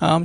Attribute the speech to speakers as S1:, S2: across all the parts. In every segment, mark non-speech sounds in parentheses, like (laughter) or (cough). S1: I'm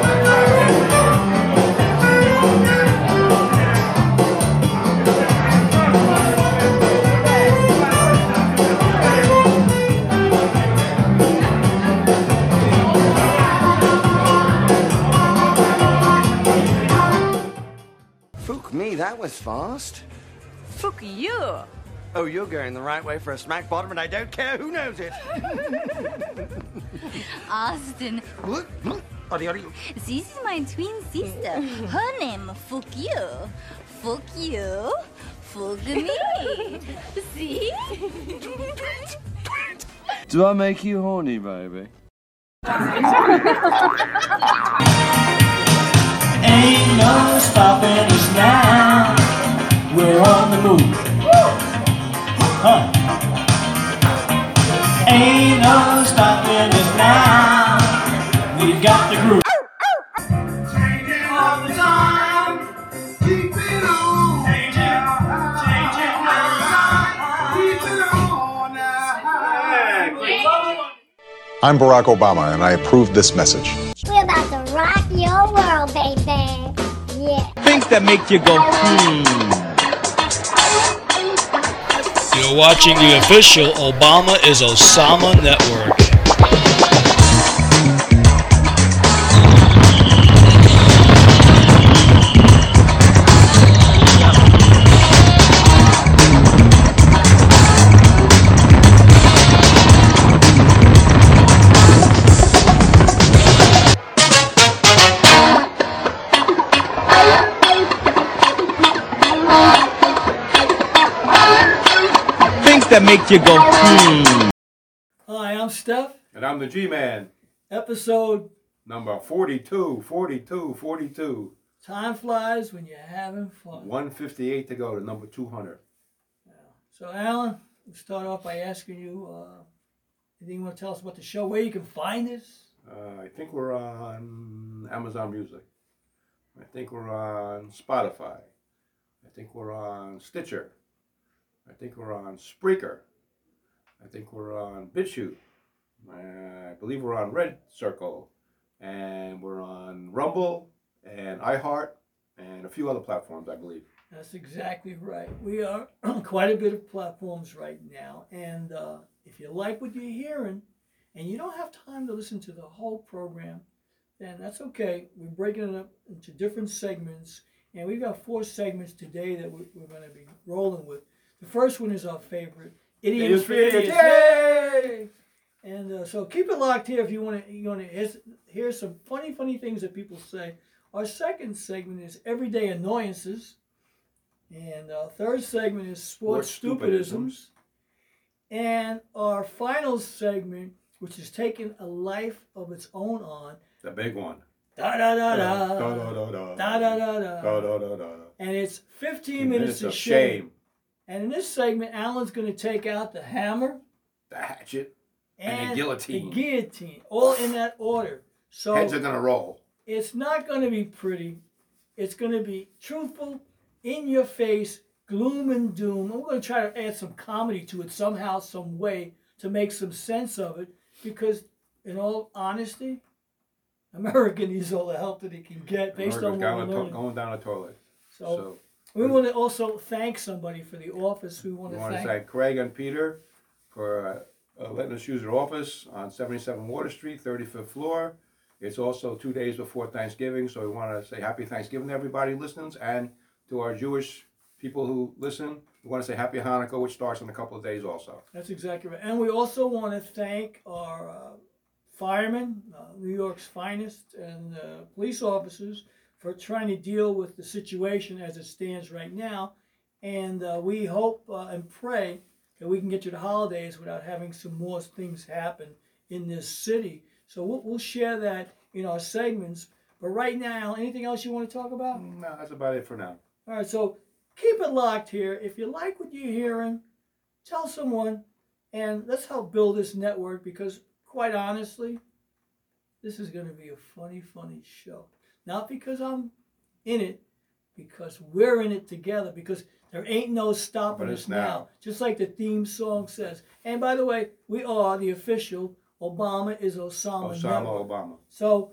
S2: Fook me, that was fast.
S3: Fuck you.
S2: Oh, you're going the right way for a smack bottom, and I don't care who knows it.
S3: Austin, this is my twin sister. Her name, fuck you. Fuck you. Fuck me. See?
S4: Do I make you horny, baby?
S5: Ain't no stopping us now. We're on the move. Huh. Ain't no stopping us now. We've got the groove. Change it all the time. Keep it on. Change it. Change it all the time. Keep it on.
S6: I'm Barack Obama, and I approve this message.
S7: We're about to rock your world, baby. Yeah.
S8: Things that make you go, hmm. You're watching the official Obama is Osama network. Things that make you go, hmm.
S5: Hi, I'm Steph.
S9: And I'm the G Man,
S5: Episode
S9: number 42, 42, 42.
S5: Time Flies When You're Having Fun.
S9: 158 to go to number 200.
S5: So, Alan, we'll start off by asking you uh, anything you want to tell us about the show, where you can find us?
S9: Uh, I think we're on Amazon Music. I think we're on Spotify. I think we're on Stitcher. I think we're on Spreaker. I think we're on BitChute. Uh, I believe we're on Red Circle. And we're on Rumble and iHeart and a few other platforms, I believe.
S5: That's exactly right. We are (clears throat) on quite a bit of platforms right now. And uh, if you like what you're hearing and you don't have time to listen to the whole program, then that's okay. We're breaking it up into different segments. And we've got four segments today that we're, we're going to be rolling with. The first one is our favorite Idioms for Idiots.
S9: Yay!
S5: And uh, so keep it locked here if you want to you want to hear, hear some funny funny things that people say. Our second segment is everyday annoyances, and our third segment is sports
S9: Sports
S5: stupidisms, and our final segment, which is taking a life of its own on
S9: The big one.
S5: da da da da da
S9: Da-da-da-da.
S5: da da da,
S9: Da-da-da-da.
S5: and it's fifteen minutes
S9: Minutes
S5: of shame. And in this segment, Alan's going to take out the hammer.
S9: The hatchet.
S5: and,
S9: And the guillotine.
S5: The guillotine, all in that order. So
S9: Heads are gonna roll.
S5: it's not going to be pretty. It's going to be truthful, in your face, gloom and doom. I'm going to try to add some comedy to it somehow, some way to make some sense of it. Because, in all honesty, (laughs) America needs all the help that it can get based
S9: Murder's
S5: on
S9: down
S5: what
S9: the
S5: we're
S9: to-
S5: learning.
S9: going down the toilet.
S5: so,
S9: So
S5: we want to also thank somebody for the office. We want
S9: we
S5: to
S9: want to
S5: thank
S9: thank Craig and Peter for uh, uh, letting us use their office on 77 Water Street, 35th floor. It's also two days before Thanksgiving, so we want to say happy Thanksgiving to everybody who listens, and to our Jewish people who listen, we want to say happy Hanukkah, which starts in a couple of days also.
S5: That's exactly right. And we also want to thank our uh, firemen, uh, New York's finest, and uh, police officers for trying to deal with the situation as it stands right now. And uh, we hope uh, and pray that we can get to the holidays without having some more things happen in this city. So we'll, we'll share that in our segments. But right now, anything else you want to talk about?
S9: No, that's about it for now.
S5: All right, so keep it locked here. If you like what you're hearing, tell someone, and let's help build this network because, quite honestly, this is going to be a funny, funny show. Not because I'm in it, because we're in it together because there ain't no stopping
S9: But it's
S5: us now.
S9: now.
S5: Just like the theme song says. And by the way, we are the official Obama is Osama.
S9: Osama
S5: Network.
S9: Obama.
S5: So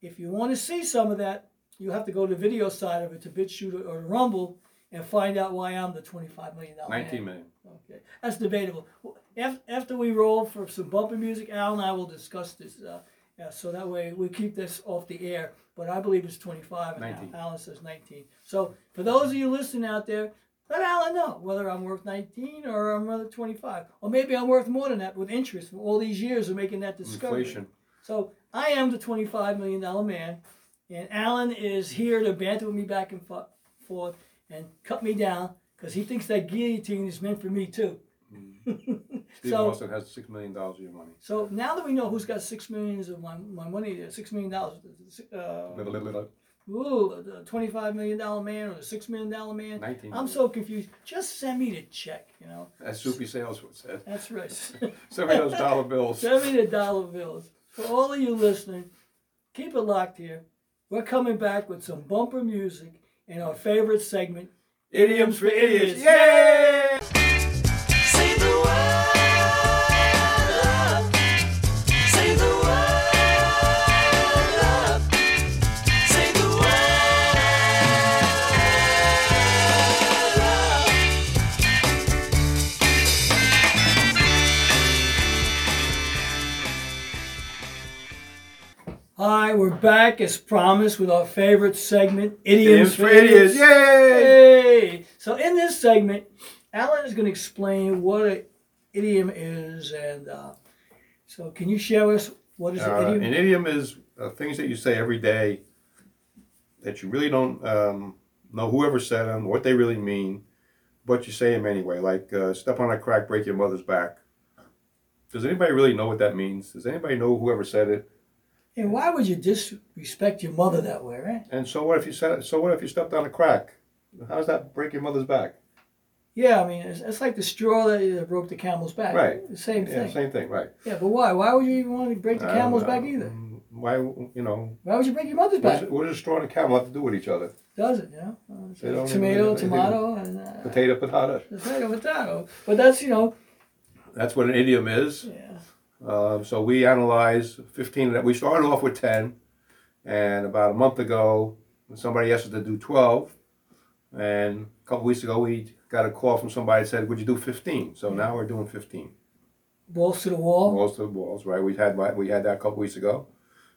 S5: if you want to see some of that, you have to go to the video side of it to BitChute or to Rumble and find out why I'm the $25 million man.
S9: 19 million.
S5: Okay, that's debatable. Well, af- After we roll for some bumper music, Al and I will discuss this. Uh, yeah, so that way we keep this off the air. But I believe it's 25, and Al-
S9: 19.
S5: Alan says 19. So for those of you listening out there, let Alan know whether I'm worth 19 or I'm worth 25, or maybe I'm worth more than that with interest from all these years of making that discovery.
S9: Inflation.
S5: So I am the 25 million dollar man, and Alan is here to banter with me back and fo- forth and cut me down because he thinks that guillotine is meant for me too.
S9: Mm.
S5: (laughs)
S9: Steve
S5: So-
S9: Austin has $6 million of your money.
S5: So now that we know who's got six millions of my, my money, uh, six million dollars, uh,
S9: Little, little, little.
S5: ooh, the twenty-five million dollar man or the six million dollar man,
S9: Nineteen
S5: I'm
S9: million.
S5: so confused. Just send me the check, you know.
S9: As Soupy Sales would say.
S5: That's right.
S9: (laughs) Some of those dollar bills.
S5: send me the dollar bills. For all of you listening, keep it locked here. We're coming back with some bumper music and our favorite segment,
S9: Idioms for idiots.
S5: Yeah.
S9: Yay!
S5: Hi, we're back as promised with our favorite segment, Idioms
S9: Idioms for idiots. Yay!
S5: Hey! So in this segment, Alan is going to explain what an idiom is, and uh, so can you share with us what is
S9: Uh,
S5: an idiom?
S9: an idiom is uh, things that you say every day that you really don't um, know whoever said them, what they really mean, but you say them anyway. Like uh, step on a crack, break your mother's back. Does anybody really know what that means? Does anybody know whoever said it?
S5: and why would you disrespect your mother that way, right?
S9: And so what if you said? So what if you stepped on a crack? How's that break your mother's back?
S5: Yeah, I mean, it's, it's like the straw that uh, broke the camel's back.
S9: Right.
S5: The same
S9: Yeah,
S5: thing.
S9: same thing, right?
S5: Yeah, but why? Why would you even want to break the
S9: I don't
S5: camel's
S9: know.
S5: back either?
S9: Mm, Why you know?
S5: Why would you break your mother's
S9: What
S5: back?
S9: does, what does a straw and a camel have to do with each other?
S5: Does it, you know? Uh,
S9: They don't
S5: tomato,
S9: even-
S5: tomato, and uh,
S9: Potato, potato.
S5: potato, potato. But that's, you know,
S9: That's what an idiom is.
S5: yeah.
S9: Um, so we analyze 15 of that. We started off with 10, and about a month ago, somebody asked us to do 12. And a couple weeks ago, we got a call from somebody that said, Would you do 15? So now we're doing 15.
S5: balls to the wall.
S9: Most of the walls, right? We had we had that a couple weeks ago.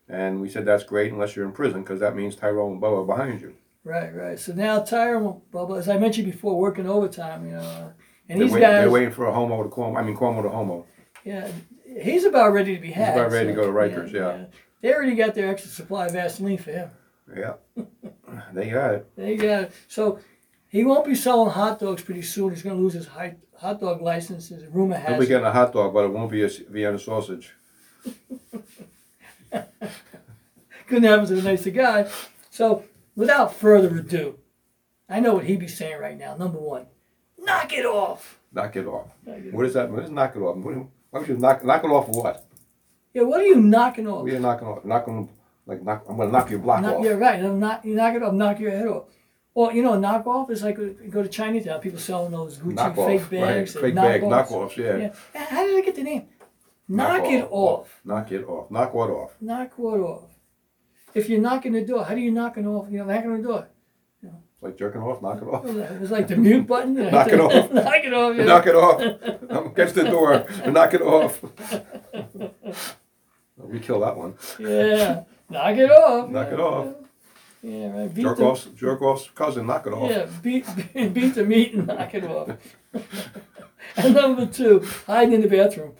S9: And we said, That's great unless you're in prison, because that means Tyrone and Bubba are behind you.
S5: Right, right. So now Tyron Bubba, as I mentioned before, working overtime, you know. uh, And
S9: They're,
S5: these
S9: wait-
S5: guys,
S9: they're waiting for a homo to Cuomo. I mean, Cuomo to homo.
S5: yeah, he's about ready to be had.
S9: about ready to go to Rikers, yeah.
S5: They already got their extra supply of Vaseline for him.
S9: Yeah. (laughs) they got it.
S5: They got it. So he won't be selling hot dogs pretty soon. He's going to lose his hot, hot dog license. As rumor
S9: They'll
S5: has
S9: be
S5: it.
S9: getting a hot dog, but it won't be a Vienna sausage.
S5: Couldn't happen to a nicer guy. So without further ado, I know what he'd be saying right now. Number one, knock it off.
S9: Knock it off.
S5: it
S9: What is that? What is knock it off? What, why would you knock knock it off? What?
S5: Yeah, what are you knocking off?
S9: We are knocking off. Knocking like knock. I'm gonna knock your block
S5: Knock,
S9: off.
S5: you're right. I'm not, you knock it off, knock your head off. Or, you know, knock off is like uh, you go to Chinatown, people selling those Gucci
S9: knock off.
S5: fake bags.
S9: right?
S5: and
S9: Fake bag
S5: knockoffs.
S9: knockoffs. Yeah.
S5: Yeah. Uh, How did I get the name? Knock, it off.
S9: Knock it off. Knock what off?
S5: Knock what off? If you're knocking the door, how do you knock it off? You're knocking the door.
S9: Like jerking off. Knock it
S5: (laughs)
S9: off. (laughs)
S5: It's like the mute button. you know,
S9: Knock it
S5: (laughs)
S9: off.
S5: knock it off. yeah.
S9: Knock
S5: (laughs)
S9: it off. I'm against the door. knock it off. (laughs) we kill that one.
S5: Yeah. Knock it off.
S9: Knock it off.
S5: Yeah, right. Beat
S9: Jerk
S5: the,
S9: off's jerk off's cousin. Knock it off.
S5: Yeah, beat, beat (laughs) the meat and knock it off. (laughs) and number two, hiding in the bathroom.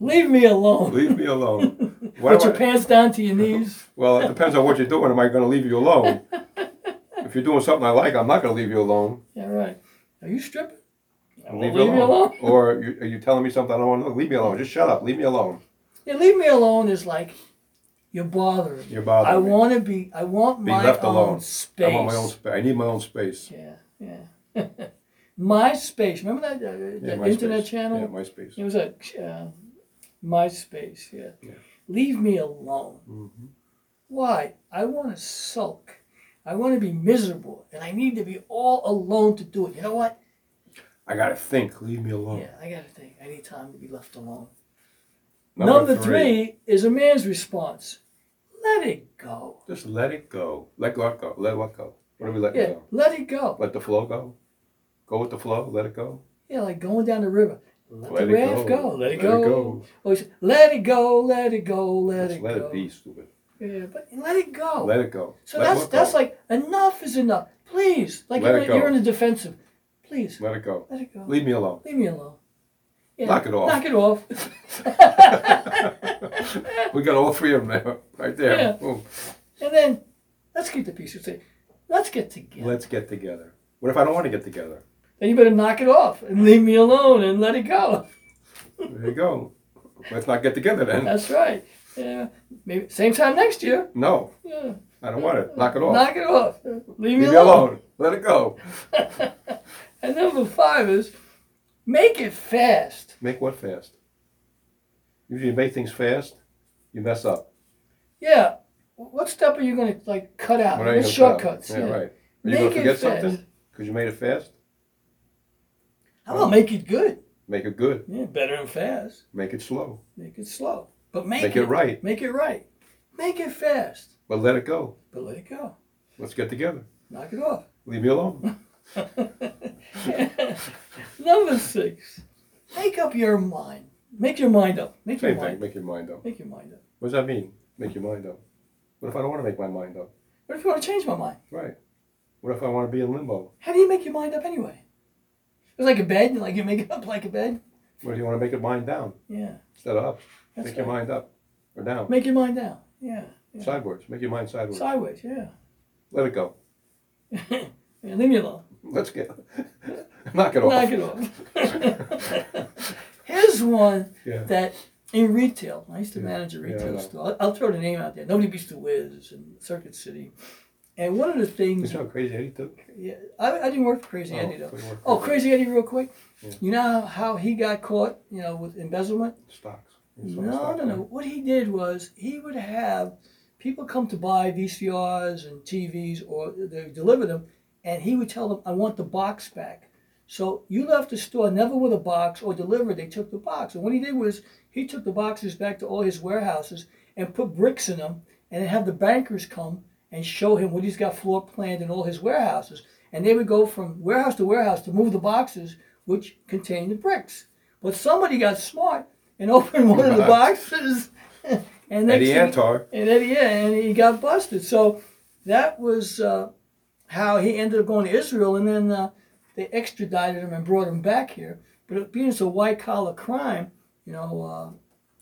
S5: Leave me alone.
S9: Leave me
S5: (laughs)
S9: alone. Why
S5: Put
S9: do
S5: your
S9: I-
S5: pants down to your knees.
S9: Well, it depends on what you're doing. Am I going to leave
S5: (laughs)
S9: you alone? if you're doing something I like, I'm not going to leave you alone.
S5: Yeah, right. Are you stripping? I won't
S9: Leave, me alone. Or you, are you telling me something I don't want to know? Leave me alone. Just shut up. Leave me alone.
S5: Yeah, leave me alone is like you're bothering. me.
S9: You're bothering
S5: I
S9: me.
S5: want to be. I want
S9: Be
S5: my
S9: left
S5: own
S9: alone.
S5: space.
S9: I want my own space. I need my own space.
S5: Yeah, yeah. (laughs) my space. Remember that, uh,
S9: Yeah,
S5: that
S9: my
S5: internet
S9: space.
S5: channel?
S9: Yeah, my space.
S5: It was a uh, MySpace,
S9: Mm-hmm.
S5: yeah. Leave me alone. Why? I want to sulk. I want to be miserable, and I need to be all alone to do it. You know what?
S9: I gotta think. Leave me alone.
S5: Yeah, I gotta think. I need time to be left alone.
S9: Number
S5: Number three is a man's response. Let it go.
S9: Just let it go. Let God go. Let what go? What are we letting
S5: Yeah,
S9: go?
S5: let it go.
S9: Let the flow go. Go with the flow. Let it go.
S5: Yeah, like going down the river. Let,
S9: Let
S5: the
S9: it
S5: raft
S9: go.
S5: go. Let it
S9: Let
S5: go.
S9: it go.
S5: Or you say, Oh, let it go. Let it go. Let
S9: Just
S5: it
S9: let
S5: go.
S9: it be, stupid.
S5: Yeah, but let it go.
S9: Let it go.
S5: so
S9: Let
S5: that's
S9: what go?
S5: that's like enough is enough. Please, like
S9: Let
S5: you're,
S9: it
S5: you're in
S9: go.
S5: the defensive. Please,
S9: Let it go.
S5: let it go.
S9: Leave me
S5: (laughs)
S9: alone.
S5: Leave me alone. Yeah,
S9: Knock it off.
S5: Knock it off. (laughs)
S9: We got all three of them there, right there.
S5: Yeah.
S9: Boom.
S5: and then let's keep the peace. You say, let's get together.
S9: Let's get together. What if I don't want to get together?
S5: then you better knock it off and leave me alone and let it go. (laughs)
S9: There you go. Let's not get together then.
S5: That's right. Yeah, maybe same time next year.
S9: No,
S5: Yeah,
S9: I don't want it. Knock it off.
S5: knock it off. Leave, me
S9: Leave me
S5: alone.
S9: alone. Let it go.
S5: And number five is make it fast.
S9: Make what fast? Usually you make things fast, you mess up.
S5: Yeah. What step are you going to like cut out?
S9: What
S5: What
S9: are you gonna cut out?
S5: shortcuts?
S9: Yeah, right. Are
S5: Make
S9: you going
S5: it
S9: to forget
S5: fast.
S9: something? Because you made it fast?
S5: How about make it good?
S9: Make it good.
S5: Yeah, better and fast.
S9: Make it slow.
S5: Make it slow, but make,
S9: Make it right.
S5: Make it right. Make it fast,
S9: But let it go.
S5: but let it go.
S9: Let's get together.
S5: Knock it off.
S9: Leave me
S5: (laughs)
S9: alone.
S5: Number six, make up your mind. Make your mind up. Make your
S9: Same thing.
S5: mind.
S9: Make your mind up.
S5: Make your mind up.
S9: What does that mean? Make your mind up. What if I don't want to make my mind up?
S5: What if you want to change my mind?
S9: Right. What if I want to be in limbo?
S5: How do you make your mind up anyway? It's like a bed. Like you make (laughs) it up like a bed.
S9: What if you want to make it mind down
S5: Yeah.
S9: instead of up?
S5: That's
S9: make your
S5: right.
S9: mind up or down.
S5: Make your mind down. Yeah. yeah.
S9: sideways. Make your mind sideways.
S5: Sideways. Yeah.
S9: let it go.
S5: yeah. Leave me alone.
S9: Let's get (laughs) knock it off.
S5: Knock it off. (laughs) Here's one
S9: Yeah.
S5: that in retail, I used to manage a
S9: Yeah, I
S5: retail
S9: know.
S5: store. I'll, I'll throw the name out there. Nobody beats the Wiz and Circuit City. And one of the
S9: You
S5: things,
S9: sound crazy, Eddie. Too.
S5: yeah, I, I didn't work for Crazy
S9: Oh,
S5: Eddie though.
S9: couldn't work for
S5: Oh, Crazy Eddie, real quick. You know how he got caught, you know, with embezzlement?
S9: Stocks.
S5: No, no, no. What he did was he would have people come to buy VCRs and TVs, or they deliver them, and he would tell them, "I want the box back." So you left the store never with a box or delivered. They took the box, and what he did was he took the boxes back to all his warehouses and put bricks in them, and then have the bankers come and show him what he's got floor planned in all his warehouses, and they would go from warehouse to warehouse to move the boxes which contained the bricks. But somebody got smart and (laughs) opened one of the boxes. (laughs) and next
S9: Eddie
S5: thing-
S9: Antar.
S5: And Eddie, yeah, and he got busted. So that was uh, how he ended up going to Israel, and then uh, they extradited him and brought him back here. But it being it's a white collar crime, you know, uh,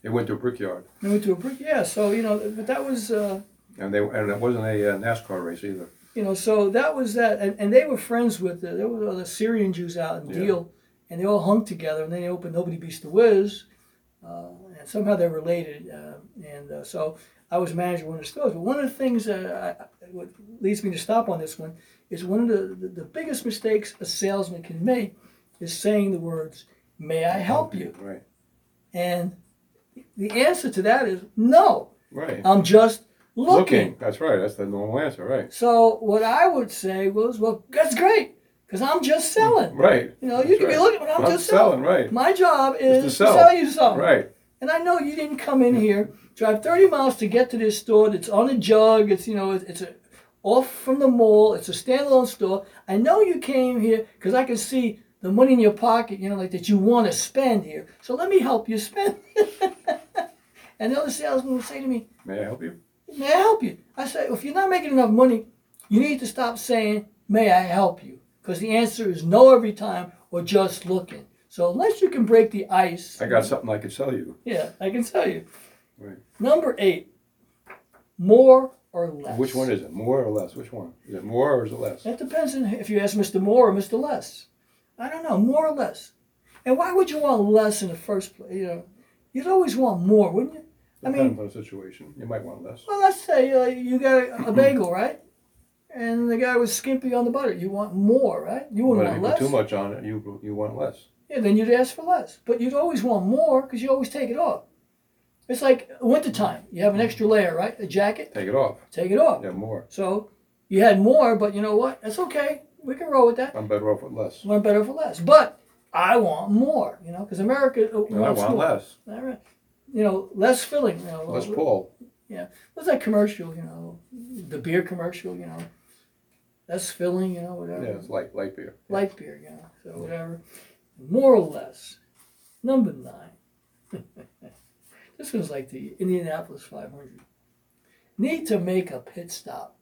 S9: It went to a brickyard,
S5: they went to a brick. Yeah, so you know, but that was. Uh,
S9: and they and it wasn't a uh, NASCAR race either.
S5: you know, so that was that, and, and they were friends with the, there were other Syrian Jews out in
S9: Yeah.
S5: Deal, and they all hung together, and then they opened Nobody Beats the Wiz, uh, and somehow they're related, uh, and uh, so I was managing one of the stores. But one of the things that I, I- what leads me to stop on this one is one of the, the, the biggest mistakes a salesman can make is saying the words, "May I help you?"
S9: Right.
S5: And the answer to that is no.
S9: Right.
S5: I'm just Uh, looking.
S9: That's right. That's the normal answer. Right.
S5: So what I would say was, well, that's great, because I'm just selling.
S9: Right.
S5: You know, you
S9: That's
S5: can be
S9: right.
S5: looking, but I'm, just selling.
S9: selling. Right.
S5: My job is
S9: to
S5: to
S9: sell.
S5: sell. you something.
S9: Right.
S5: And I know you didn't come in here, drive 30 miles to get to this store that's on a jug. It's, you know, it's, it's a, off from the mall. It's a standalone store. I know you came here because I can see the money in your pocket, you know, like that you want to spend here. So let me help you spend. (laughs) and the other salesman would say to me,
S9: May I help you?
S5: may I help you? I say, if you're not making enough money, you need to stop saying, may I help you? Because the answer is no every time or just looking. So unless you can break the ice,
S9: I got something I could sell you.
S5: yeah, I can tell you.
S9: Right.
S5: Number eight, more or less.
S9: Which one is it? More or less? Which one? Is it more or is it less?
S5: That depends on if you ask Mr. More or Mr. Less. I don't know, more or less. And why would you want less in the first place? You know, you'd always want more, wouldn't you? I mean,
S9: Depends on the situation. You might want less.
S5: Well, let's say uh, you got a, a bagel, right? And the guy was skimpy on the butter. You want more, right? You
S9: But
S5: wouldn't
S9: if you
S5: want less.
S9: put too much on it, you you want less.
S5: Yeah, then you'd ask for less. But you'd always want more because you always take it off. It's like wintertime. You have an extra layer, right? A jacket,
S9: Take it off.
S5: take it off.
S9: You have more.
S5: So You had more, but you know what? That's okay. We can roll with that.
S9: I'm better off with less.
S5: One better for less. But I want more, you know, because America uh,
S9: And I
S5: wants
S9: want
S5: more.
S9: less.
S5: All right. You know, less filling. You know,
S9: Less pull.
S5: Yeah. What's that commercial, you know? The beer commercial, you know? Less filling, you know, whatever.
S9: Yeah, it's light, light beer.
S5: Light beer, you know, so whatever. More or less. Number nine. (laughs) this one's like the Indianapolis 500. Need to make a pit stop.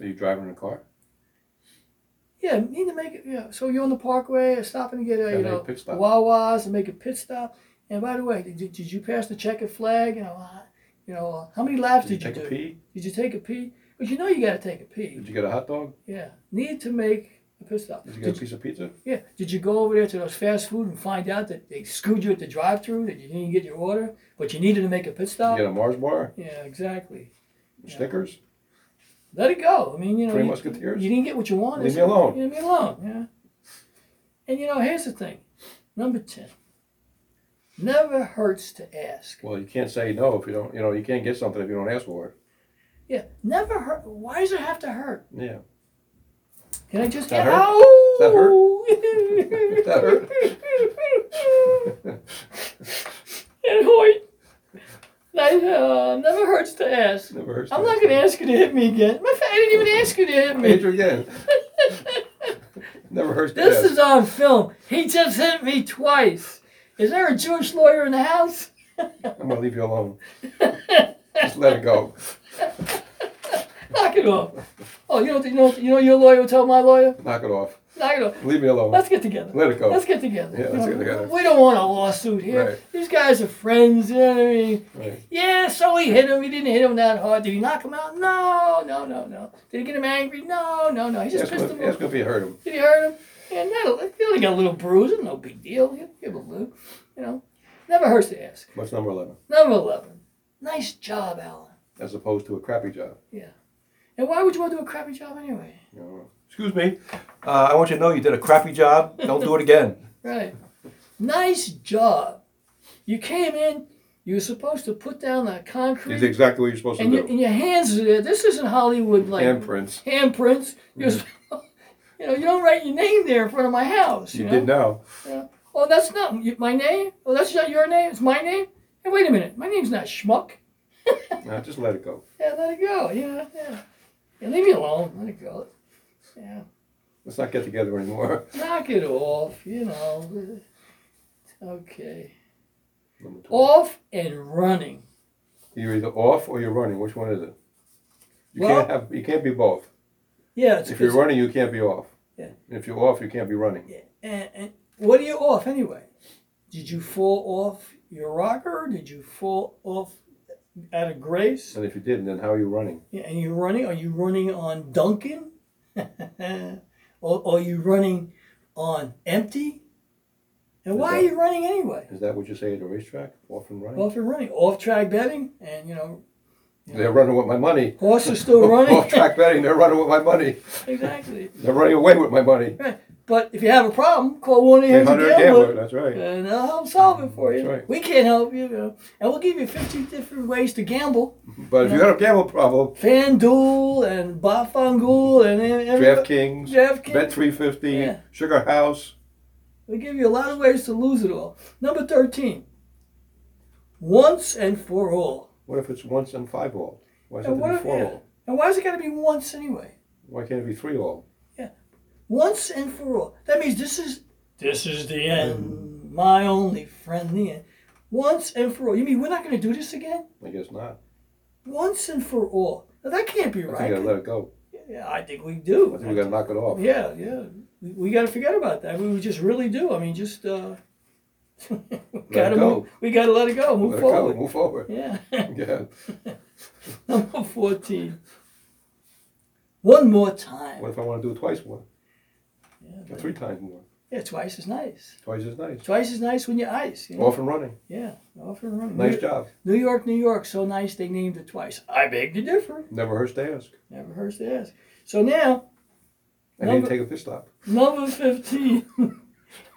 S9: Are you driving in a car?
S5: Yeah, need to make it. Yeah, so you're on the parkway, uh, stopping to get a
S9: Yeah,
S5: you
S9: make a
S5: know
S9: pit stop.
S5: Wawa's and make a pit stop. And by the way, did, did did you pass the checkered flag? You know, uh, you know, uh, how many laps
S9: Did you
S5: did,
S9: take
S5: you
S9: a
S5: do?
S9: pee?
S5: Did you take a pee? But you know you got to take a pee.
S9: Did you get a hot dog?
S5: Yeah, need to make a pit stop.
S9: Did you get a piece of pizza?
S5: Yeah. Did you go over there to those fast food and find out that they screwed you at the drive through that you didn't get your order, but you needed to make a pit
S9: Did you
S5: stop?
S9: get a Mars bar?
S5: Yeah, exactly.
S9: Snickers?
S5: Let it go. I mean, you know,
S9: Three
S5: you,
S9: Musketeers?
S5: you didn't get what you wanted.
S9: Leave me
S5: so
S9: alone.
S5: Leave me alone. Yeah. And you know, here's the thing. Number ten. Never hurts to ask.
S9: Well, you can't say no if you don't, you know, you can't get something if you don't ask for it.
S5: Yeah. Never hurt. Why does it have to hurt?
S9: Yeah.
S5: Can I just
S9: That
S5: get
S9: hurt?
S5: Ow! (laughs)
S9: That
S5: hurt?
S9: That hurt?
S5: and Hoyt. I, uh, never hurts to ask.
S9: (laughs) Never hurts.
S5: I'm not going to ask you to hit me again. My fa- I didn't even ask you to hit me.
S9: Major again. Never hurts to
S5: This
S9: ask.
S5: is on film. He just hit me twice. Is there a Jewish lawyer in the house?
S9: I'm going to leave you alone. Just let it go.
S5: Knock it off. Oh, you know, what the- you know, what- you know, your lawyer will tell my lawyer.
S9: Knock it off.
S5: Knock it off.
S9: Leave me alone.
S5: Let's get together.
S9: Let it go.
S5: Let's get together.
S9: Yeah, let's
S5: You know,
S9: get together.
S5: We don't want a lawsuit here.
S9: Right.
S5: These guys are friends. You know what I mean?
S9: Right.
S5: Yeah, so he hit him. He didn't hit him that hard. Did he knock him out? No, no, no, no. Did he get him angry? No, no, no. He just
S9: Ask
S5: pissed
S9: him
S5: him
S9: if- ask
S5: off.
S9: him if you hurt him.
S5: Did he hurt him? Yeah, no. He only got a little bruise. No big deal. He'll give a little. You know, never hurts to ask.
S9: What's number 11?
S5: Number 11. Nice job, Alan.
S9: As opposed to a crappy job.
S5: And why would you want to do a crappy job anyway?
S9: You know, Excuse me. Uh, I want you to know you did a crappy job. Don't do it again.
S5: Right. Nice job. You came in, you were supposed to put down the concrete.
S9: You did exactly what you're supposed to
S5: and,
S9: do.
S5: your, and your hands are there. This isn't Hollywood like
S9: Handprints. Mm-hmm.
S5: handprints. You're, (laughs) you know, you don't write your name there in front of my house. You,
S9: You
S5: know?
S9: did now.
S5: Oh, that's not you- my name. Oh, that's not your name. It's my name. Hey, wait a minute. My name's not Schmuck.
S9: Now just let it go.
S5: Yeah, let it go. Yeah, yeah. yeah leave me alone. Let it go. Yeah.
S9: Let's not get together anymore.
S5: Knock it off. You know. Okay.
S9: Number 12.
S5: Off and running.
S9: You're either off or you're running. Which one is it? You
S5: Well-
S9: can't have. You can't be both.
S5: Yeah. It's,
S9: If you're
S5: it's-
S9: running, you can't be off.
S5: Yeah.
S9: If you're off, you can't be running.
S5: And, and what are you off anyway? Did you fall off your rocker? Did you fall off out of grace?
S9: And if you didn't, then how are you running?
S5: Yeah, and you're running. Are you running on Duncan? (laughs) or are you running on empty? And why are you running anyway?
S9: Is that what you say at a racetrack? Off and running.
S5: Well, if you're running off track betting, and you know
S9: They're running with my money.
S5: horses
S9: (laughs)
S5: still running.
S9: Off track betting. They're running with my money.
S5: (laughs) exactly.
S9: They're running away with my money.
S5: But if you have a problem, call one eight hundred
S9: Gambler.
S5: gambler,
S9: That's right.
S5: and they'll help solve it for you.
S9: That's right.
S5: We can't help you, you know. and we'll give you fifty different ways to gamble.
S9: But if you got a gamble problem,
S5: FanDuel and Bafangool and every-
S9: DraftKings,
S5: DraftKings.
S9: Bet three fifty,
S5: Yeah.
S9: Sugar House.
S5: We give you a lot of ways to lose it all. Number 13. Once and for all.
S9: What if it's once and five all? Why is it
S5: And, what,
S9: be four
S5: yeah.
S9: all?
S5: and why is it got to be once anyway?
S9: Why can't it be three all?
S5: Once and for all. That means this is this is the
S9: Mm.
S5: end. My only friend, the end. Once and for all. You mean we're not going to do this again?
S9: I guess not.
S5: Once and for all. Now that can't be
S9: I think I
S5: right.
S9: let it go.
S5: yeah, I think we do.
S9: I think we got to knock it off.
S5: Yeah, yeah. We, we got to forget about that. We just really do. I mean, just uh, (laughs) we got to
S9: go.
S5: move. We got to let it go. Move
S9: Let it
S5: forward.
S9: go. Move forward. (laughs)
S5: Yeah. (laughs)
S9: Yeah.
S5: Number 14. (laughs) One more time.
S9: What if I want to do it twice more?
S5: Yeah,
S9: Or
S5: but-
S9: three times more?
S5: yeah, twice is nice.
S9: Twice as nice.
S5: Twice is nice when you ice. You know?
S9: Off and running.
S5: Yeah, off and running.
S9: Nice
S5: New,
S9: job.
S5: New York, New York, so nice they named it twice. I beg to differ.
S9: Never hurts to ask.
S5: Never hurts to ask. So now,
S9: I need
S5: Number-
S9: to take a pit stop.
S5: number 15. (laughs)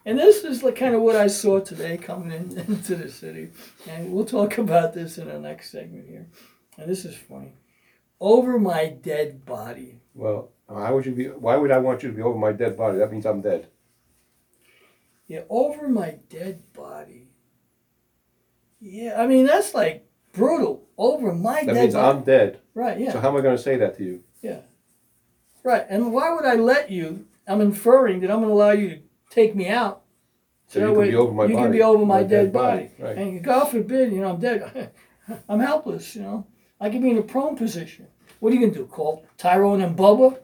S5: and this is like kind of what I saw today coming in, (laughs) into the city. And we'll talk about this in our next segment here. And this is funny. over my dead body.
S9: Well, why would you be? Why would I want you to be over my dead body? That means I'm dead.
S5: Yeah, over my dead body. Yeah, I mean that's like brutal. Over my
S9: That
S5: dead
S9: means
S5: body.
S9: I'm dead.
S5: right, yeah.
S9: So how am I going to say that to you?
S5: Yeah. Right. And why would I let you? I'm inferring that I'm going to allow you to take me out.
S9: So
S5: That
S9: you can
S5: way
S9: be over my
S5: you
S9: body.
S5: can be over my, dead, body.
S9: Right.
S5: And God forbid, you know, I'm dead. (laughs) I'm helpless, you know. I could be in a prone position. What are you going to do? Call Tyrone and Bubba?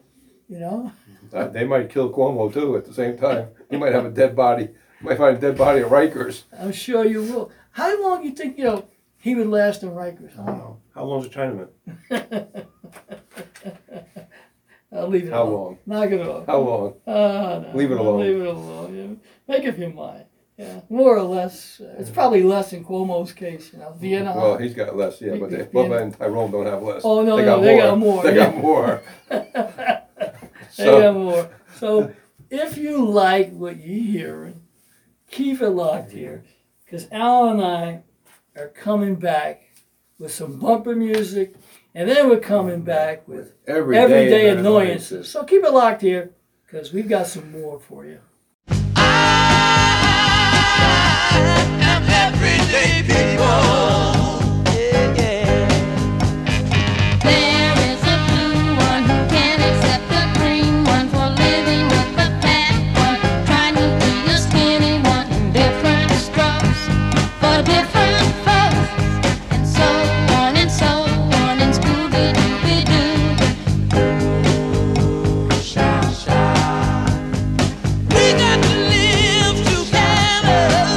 S5: You know? (laughs)
S9: Uh, they might kill Cuomo too at the same time. You might have a dead body. You might find a dead body at Rikers.
S5: I'm sure you will. How long you think, you know, he would last in Rikers? I don't know.
S9: How long's a Chinaman?
S5: I'll leave it
S9: How
S5: alone.
S9: long?
S5: Knock it off.
S9: How long?
S5: Uh, no,
S9: Leave it alone.
S5: Leave it alone. Yeah. Make up your mind. Yeah, more or less. Uh, it's probably less in Cuomo's case. You know, Vienna.
S9: Well, he's got less, yeah, but they, Bubba and Tyrone don't have less.
S5: Oh, no, no, they got more,
S9: They got
S5: yeah. (laughs)
S9: more.
S5: they
S9: so-
S5: got more. So, if you like what you're hearing, keep it locked here, because Al and I are coming back with some bumper music, and then we're coming back with everyday annoyances. So keep it locked here, because we've got some more for you.
S3: There is a blue one who can't accept the green one for living with the fat one, trying to be a skinny one in different strokes for different folks, and so on and so on and Scooby Dooby Doo. Sha sha. We got to live together.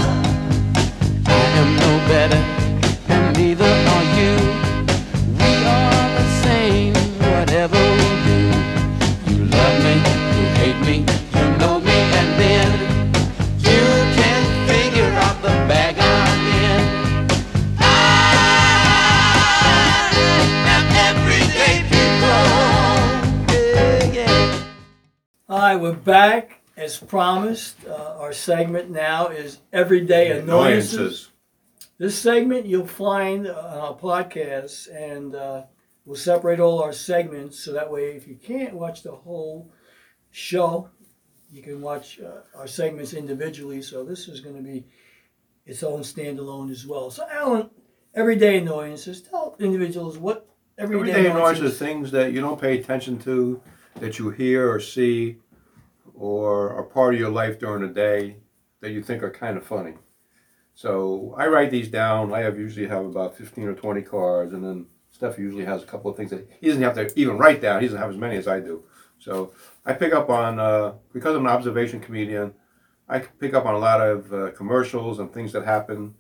S10: I am no better, and neither are you. We are the same, whatever we do. You love me, you hate me, you know me, and then you can figure out the bag I'm in. I am everyday people. Yeah, yeah.
S5: All right, we're back as promised. Uh, our segment now is Everyday Annoyances. This segment you'll find on our podcast, and uh, we'll separate all our segments so that way if you can't watch the whole show, you can watch uh, our segments individually. So this is going to be its own standalone as well. So, Alan, Everyday Annoyances, tell individuals what Everyday,
S9: Everyday annoyances
S5: annoyances
S9: are things that you don't pay attention to, that you hear or see, or are part of your life during the day that you think are kind of funny. So I write these down. I have usually have about fifteen or twenty cards, and then Steph usually has a couple of things that he doesn't have to even write down. He doesn't have as many as I do. So I pick up on uh, because I'm an observation comedian. I can pick up on a lot of uh, commercials and things that happen,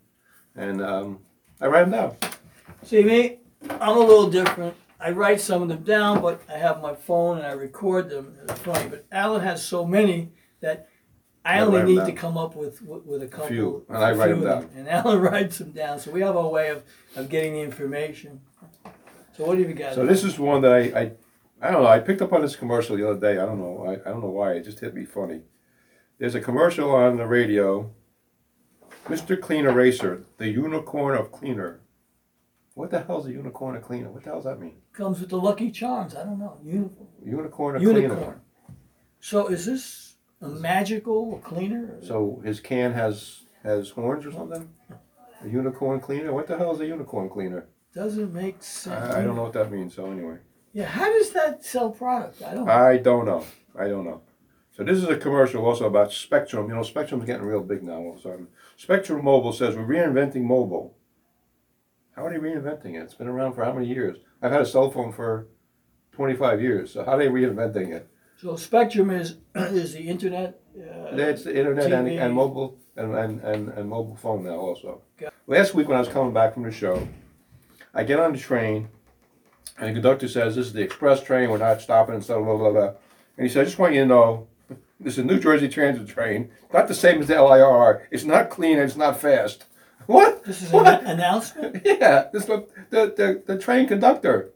S9: and um, I write them down.
S5: See me? I'm a little different. I write some of them down, but I have my phone and I record them. It's funny, but Alan has so many that I
S9: I
S5: only
S9: write 'em
S5: need to
S9: down.
S5: come up with with, with a couple.
S9: few, and
S5: a
S9: I write
S5: few
S9: 'em
S5: of And (laughs) Alan writes them down, so we have our way of, of getting the information. So what have you got?
S9: So this is one that I, I, I don't know. I picked up on this commercial the other day. I don't know. I, I don't know why. It just hit me funny. There's a commercial on the radio. Mr. Clean Eraser, the unicorn of cleaner. What the hell's a unicorn of cleaner? What the hell does that mean?
S5: comes with the Lucky Charms. I don't know. Unicorn.
S9: Unicorn of cleaner.
S5: Unicorn. So is this a magical cleaner?
S9: So his can has has horns or something. A unicorn cleaner. What the hell is a unicorn cleaner?
S5: Doesn't make sense.
S9: I, I don't know what that means. So anyway.
S5: Yeah, how does that sell product? I don't.
S9: I don't know. I don't know. So this is a commercial also about Spectrum. You know, Spectrum's getting real big now. all of a sudden. Spectrum Mobile says we're reinventing mobile. How are they reinventing it? It's been around for how many years? I've had a cell phone for 25 years. So how are they reinventing it?
S5: So Spectrum is (clears throat) is the internet. Uh,
S9: It's the internet and,
S5: TV.
S9: and mobile and, and, and, and mobile phone now also.
S5: Got-
S9: Last week when I was coming back from the show, I get on the train and the conductor says, This is the express train, we're not stopping and blah blah blah blah. And he said, I just want you to know this is a New Jersey transit train, not the same as the LIRR. It's not clean and it's not fast. (laughs) What?
S5: This is an
S9: what?
S5: announcement.
S9: (laughs) yeah, this the, the, the, the train conductor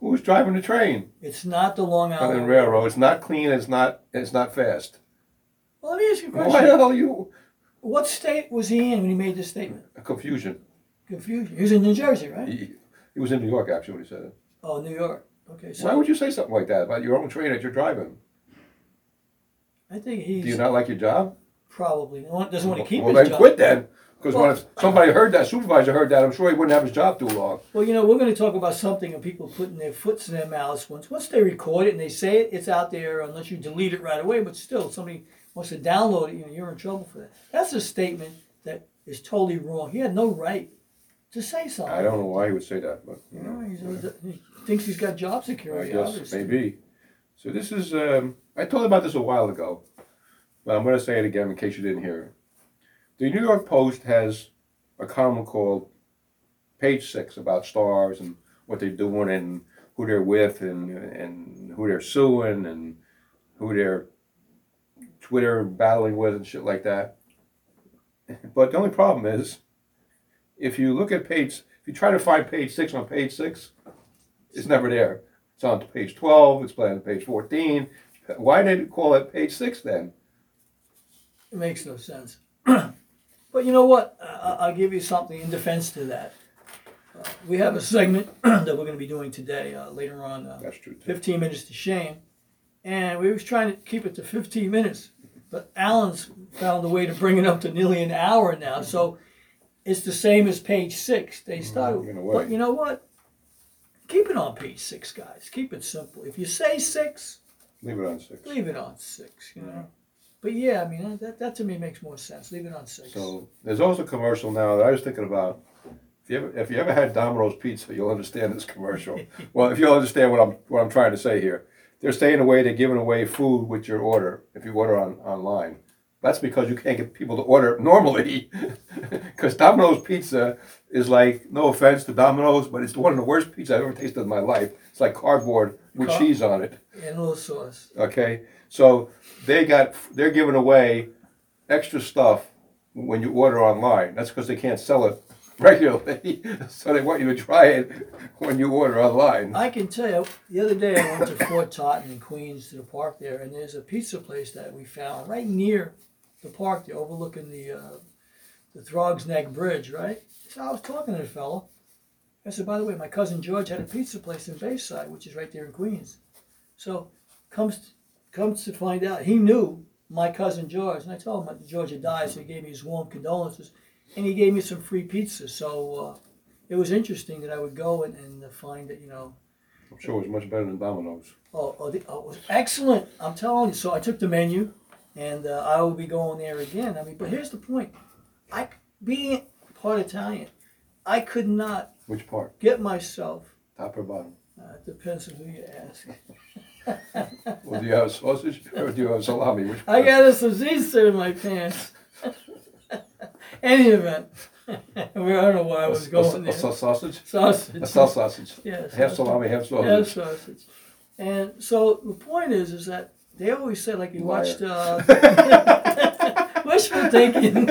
S9: who was driving the train
S5: It's not the Long
S9: on the
S5: Island Railroad.
S9: railroad. It's not clean, it's not it's not fast.
S5: Well, let me ask you a
S9: Why the
S5: question.
S9: hell you
S5: What state was he in when he made this statement?
S9: confusion?
S5: Confusion. He was in New Jersey, right?
S9: He, he was in New York actually when he said it.
S5: Oh, New York. Okay, so
S9: Why would you say something like that about your own train that you're driving?
S5: I think
S9: Do you
S5: he's
S9: not like your job?
S5: probably want- doesn't want to keep
S9: well,
S5: his
S9: then
S5: job.
S9: quit then. Because
S5: Well-
S9: when if somebody heard that, supervisor heard that, I'm sure he wouldn't have his job too long.
S5: Well, you know, we're going to talk about something and people putting their foots in their mouths once. Once they record it and they say it, it's out there unless you delete it right away. But still, somebody wants to download it, you know, you're in trouble for that. That's a statement that is totally wrong. He had no right to say something.
S9: I don't know why he would say that, but you know,
S5: He's- He thinks he's got job
S9: I
S5: security,
S9: guess
S5: obviously.
S9: maybe. So this is um, I told you about this a while ago, but I'm going to say it again in case you didn't hear it. The New York Post has a column called Page Six about stars and what they're doing and who they're with and and who they're suing and who they're Twitter battling with and shit like that. But the only problem is, if you look at page, if you try to find page six on page six, it's never there. It's on to page 12, it's on to page 14. Why did it call it page 6 then?
S5: It makes no sense. (clears throat) but you know what? I- I'll give you something in defense to that. Uh, we have a segment (clears throat) that we're going to be doing today, uh, later on, uh,
S9: That's true. Too.
S5: 15 Minutes to Shame. And we was trying to keep it to 15 minutes, but Alan's found a way to bring it up to nearly an hour now. So it's the same as page six. They started,
S9: Mm-hmm, in a way.
S5: but you know what? Keep it on page six, guys. Keep it simple. If you say six,
S9: Leave it on 6.
S5: leave it on six, you know? But yeah, I mean, that, that to me makes more sense. Leave it on six.
S9: So there's also a commercial now that I was thinking about. If you ever, if you ever had Domino's pizza, you'll understand this commercial. well, if you'll understand what I'm what I'm trying to say here, they're staying away. They're giving away food with your order if you order on online. That's because you can't get people to order normally. (laughs) Because Domino's pizza is like, no offense to Domino's, but it's one of the worst pizza I've ever tasted in my life. It's like cardboard with
S5: Car-
S9: cheese on it.
S5: and a little sauce.
S9: Okay, so they got they're giving away extra stuff when you order online. That's because they can't sell it (laughs) regularly, so they want you to try it when you order online.
S5: I can tell you, the other day I went to Fort Totten in Queens to the park there, and there's a pizza place that we found right near the park there, overlooking the uh, the Throg's Neck Bridge, right? So I was talking to the fellow. I said, by the way, my cousin George had a pizza place in Bayside, which is right there in Queens. So comes comes to find out, he knew my cousin George, and I told him that George had died, so he gave me his warm condolences, and he gave me some free pizza. So uh, it was interesting that I would go and, and find that you know
S9: I'm sure it's much better than Domino's.
S5: Oh, oh, the, oh, it was excellent. I'm telling you. So I took the menu, and uh, I will be going there again. I mean, but here's the point. I, being part Italian, I could not
S9: Which part,
S5: get myself.
S9: top or bottom?
S5: Uh, it depends on who you ask.
S9: Well, do you have sausage or do you have salami? Which
S5: I
S9: part?
S5: got a salsiccia in my pants. (laughs) Any event, (laughs) I don't know why I was
S9: A s-
S5: going
S9: a,
S5: there.
S9: sa- sausage,
S5: Sausage.
S9: a sa- sausage,
S5: Yes.
S9: half salami, half sausage.
S5: (laughs) Yeah, sausage. And so the point is, is that they always say, like you
S9: Liar.
S5: watched uh, (laughs) wishful thinking.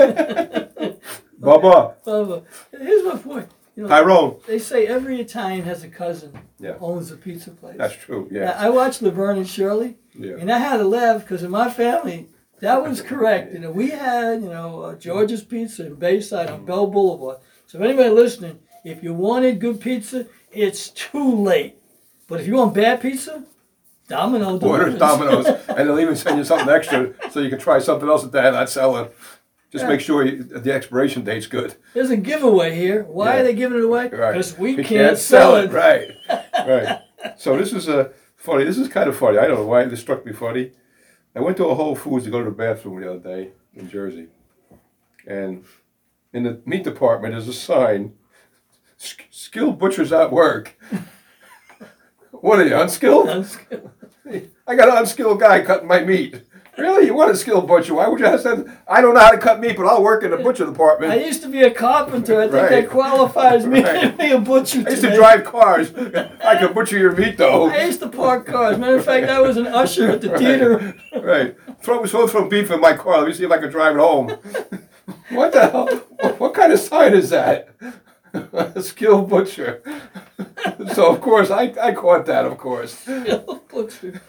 S9: Bubba,
S5: Bubba. Here's my point. You know,
S9: Tyrone.
S5: they say every Italian has a cousin
S9: Yeah.
S5: who owns a pizza place.
S9: That's true.
S5: Now,
S9: Yeah.
S5: I watched Laverne and Shirley,
S9: Yeah.
S5: and I had to laugh because in my family, that
S9: (laughs)
S5: was correct. You know, we had you know uh, George's Pizza in Bayside on Bell Boulevard. So if anybody listening, if you wanted good pizza, it's too late. But if you want bad pizza, Domino
S9: Order
S5: delivers.
S9: Domino's, and they'll even send you something extra so you can try something else that they're not selling. Just make sure you, the expiration date's good.
S5: (laughs) There's a giveaway here. Why
S9: Yeah.
S5: are they giving it away?
S9: Right.
S5: Because we can't, sell it.
S9: Right.
S5: (laughs)
S9: Right. So this is a funny. This is kind of funny. I don't know why this struck me funny. I went to a Whole Foods to go to the bathroom the other day in Jersey, and in the meat department there's a sign: "Sk- "Skilled butchers at work." (laughs) what are you unskilled? (laughs) I got an unskilled guy cutting my meat. Really? You want a skilled butcher? Why would you have said, I don't know how to cut meat, but I'll work in the butcher department?
S5: I used to be a carpenter. I think
S9: Right.
S5: that qualifies me to (laughs)
S9: Right.
S5: be a butcher.
S9: I used to
S5: today.
S9: drive (laughs) cars. I could butcher your meat though.
S5: I used to park cars. Matter of fact, I was an usher at the theater. (laughs)
S9: Right. Throw so throw beef in my car. Let me see if I can drive it home. (laughs) what (laughs) the hell? What, what kind of sign is that? A skilled butcher. (laughs) so of course I, I caught that. Of (laughs) course,
S5: Bill Butcher.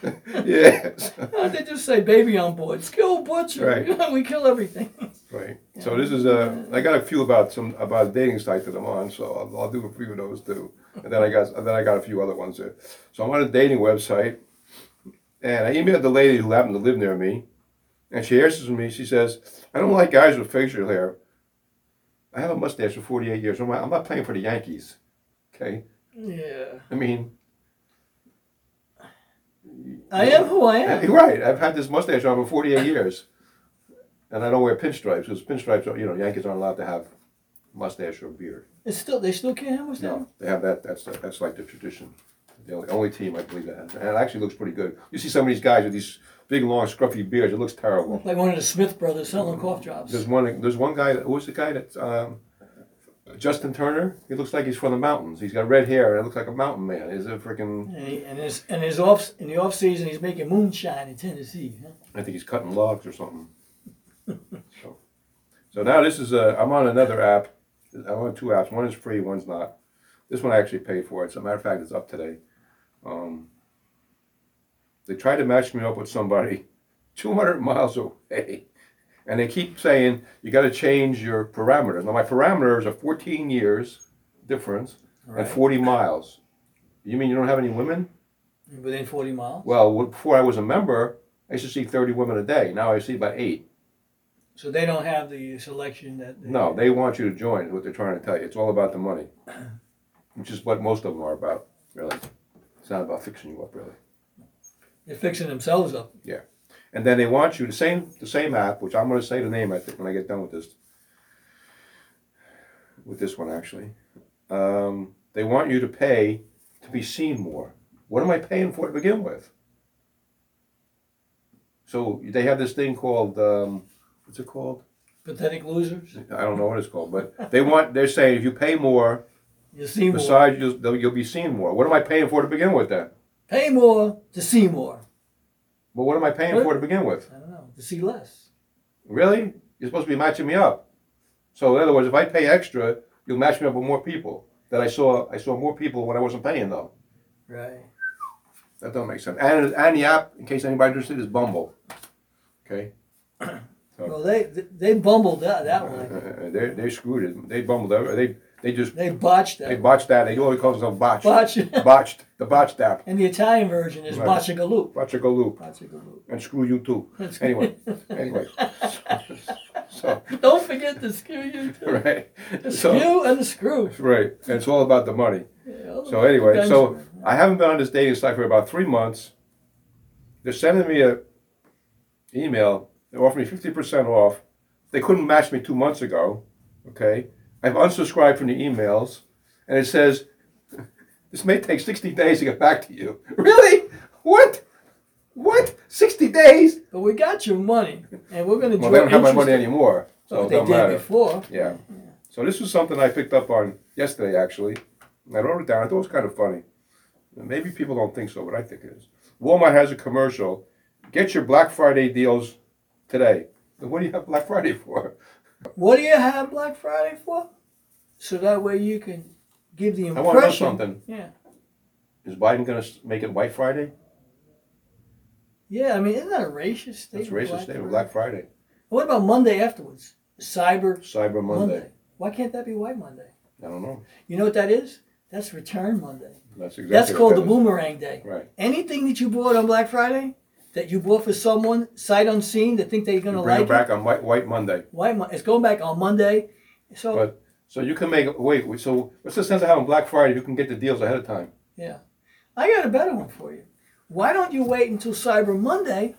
S9: yes,
S5: How'd they just say baby on board? Skill Butcher.
S9: Right.
S5: we kill everything.
S9: right. So this is a I got a few about some about a dating site that I'm on. So I'll, I'll do a few of those too. And then I got and then I got a few other ones there. So I'm on a dating website, and I emailed the lady who happened to live near me, and she answers me. She says, "I don't like guys with facial hair. I have a mustache for 48 years. I'm not, I'm not playing for the Yankees." Okay,
S5: Yeah.
S9: I mean.
S5: I am who I
S9: Yeah,
S5: am.
S9: you're (laughs) right. I've had this mustache on for 48 years. And I don't wear pinstripes because pinstripes, are, you know, Yankees aren't allowed to have mustache or beard.
S5: It's still they still can't have us now.
S9: No, they have that. That's that's like the tradition. The only, only team I believe that has. And it actually looks pretty good. You see some of these guys with these big, long, scruffy beards. It looks terrible.
S5: Like one of the Smith brothers selling cough drops.
S9: There's one. There's one guy. Who was the guy that? Um, Justin Turner. He looks like he's from the mountains. He's got red hair and it looks like a mountain man. He's a freaking.
S5: And, he, and his and his off in the off season he's making moonshine in Tennessee. Huh?
S9: I think he's cutting logs or something. (laughs) so, so now this is i I'm on another app. I'm on two apps. One is free. One's not. This one I actually paid for. It's a matter of fact, it's up today. Um, they tried to match me up with somebody (laughs) 200 miles away, and they keep saying you got to change your parameters. Now my parameters are 14 years difference and 40 miles. You mean you don't have any women?
S5: Within forty miles.
S9: Well, w- before I was a member, I used to see 30 women a day. Now I see about eight.
S5: So they don't have the selection that they,
S9: No, they want you to join, is what they're trying to tell you. It's all about the money, which is what most of them are about, really. It's not about fixing you up, really.
S5: they're fixing themselves up.
S9: Yeah. And then they want you the same the same app, which I'm going to say the name I think when I get done with this with this one actually. Um, they want you to pay to be seen more. What am I paying for to begin with? So they have this thing called um, what's it called?
S5: Pathetic losers.
S9: I don't know what it's called, but they want they're saying if you pay more,
S5: You see more.
S9: besides you'll, you'll be seen more. What am I paying for to begin with then?
S5: Pay more to see more.
S9: Well, what am I paying for to begin with?
S5: I don't know. To see less.
S9: Really? You're supposed to be matching me up. So in other words, if I pay extra, you'll match me up with more people. That I saw I saw more people when I wasn't paying though.
S5: Right.
S9: That don't make sense. And and the app, in case anybody interested, is Bumble. Okay?
S5: Well, they they bumbled that that one.
S9: Uh, they they screwed it. They bumbled every- they they just
S5: They botched
S9: they
S5: that.
S9: botched that. They always call themselves botched.
S5: Botched.
S9: (laughs) Botched. The botched app.
S5: And the Italian version is
S9: Right.
S5: Bacciagaloop.
S9: Botched a loop.
S5: Bacciagaloop.
S9: And screw you too. Anyway. anyway. (laughs) So,
S5: Don't forget the screw you too.
S9: right.
S5: The
S9: So,
S5: screw and the screw.
S9: right. And it's all about the money.
S5: Yeah,
S9: So anyway,
S5: guns-
S9: so I haven't been on this dating site for about three months. They're sending me a email. They offered me fifty percent off. They couldn't match me two months ago. Okay, I've unsubscribed from the emails, and it says (laughs) this may take sixty days to get back to you. (laughs) Really? What? What? Sixty days?
S5: but we got your money, and we're going to
S9: Well, they don't have my money
S5: anymore.
S9: anymore, so it
S5: they
S9: don't
S5: did
S9: matter.
S5: before.
S9: Yeah. So this was something I picked up on yesterday, actually. And I wrote it down. I thought it was kind of funny. Maybe people don't think so, but I think it is. Walmart has a commercial. Get your Black Friday deals today. Then What do you have Black Friday for?
S5: What do you have Black Friday for? So that way you can give the
S9: I
S5: impression.
S9: want to know something.
S5: Yeah.
S9: Is Biden going to make it White Friday?
S5: Yeah, I mean, isn't that a racist
S9: That's
S5: statement?
S9: racist.
S5: Black
S9: They have
S5: Friday?
S9: Black Friday,
S5: What about Monday afterwards? Cyber
S9: Cyber
S5: Monday.
S9: Monday.
S5: Why can't that be White Monday?
S9: I don't know.
S5: You know what that is? That's Return Monday.
S9: That's exactly.
S5: That's
S9: what
S5: called
S9: that
S5: the
S9: is.
S5: Boomerang Day.
S9: Right.
S5: Anything that you bought on Black Friday that you bought for someone sight unseen that think they're going to
S9: You bring
S5: like
S9: it back on White, White Monday.
S5: White Monday. It's going back on Monday. So
S9: But so you can make wait. wait, So what's the sense of having Black Friday? if You can get the deals ahead of time.
S5: Yeah. I got a better one for you. Why don't you wait until Cyber Monday?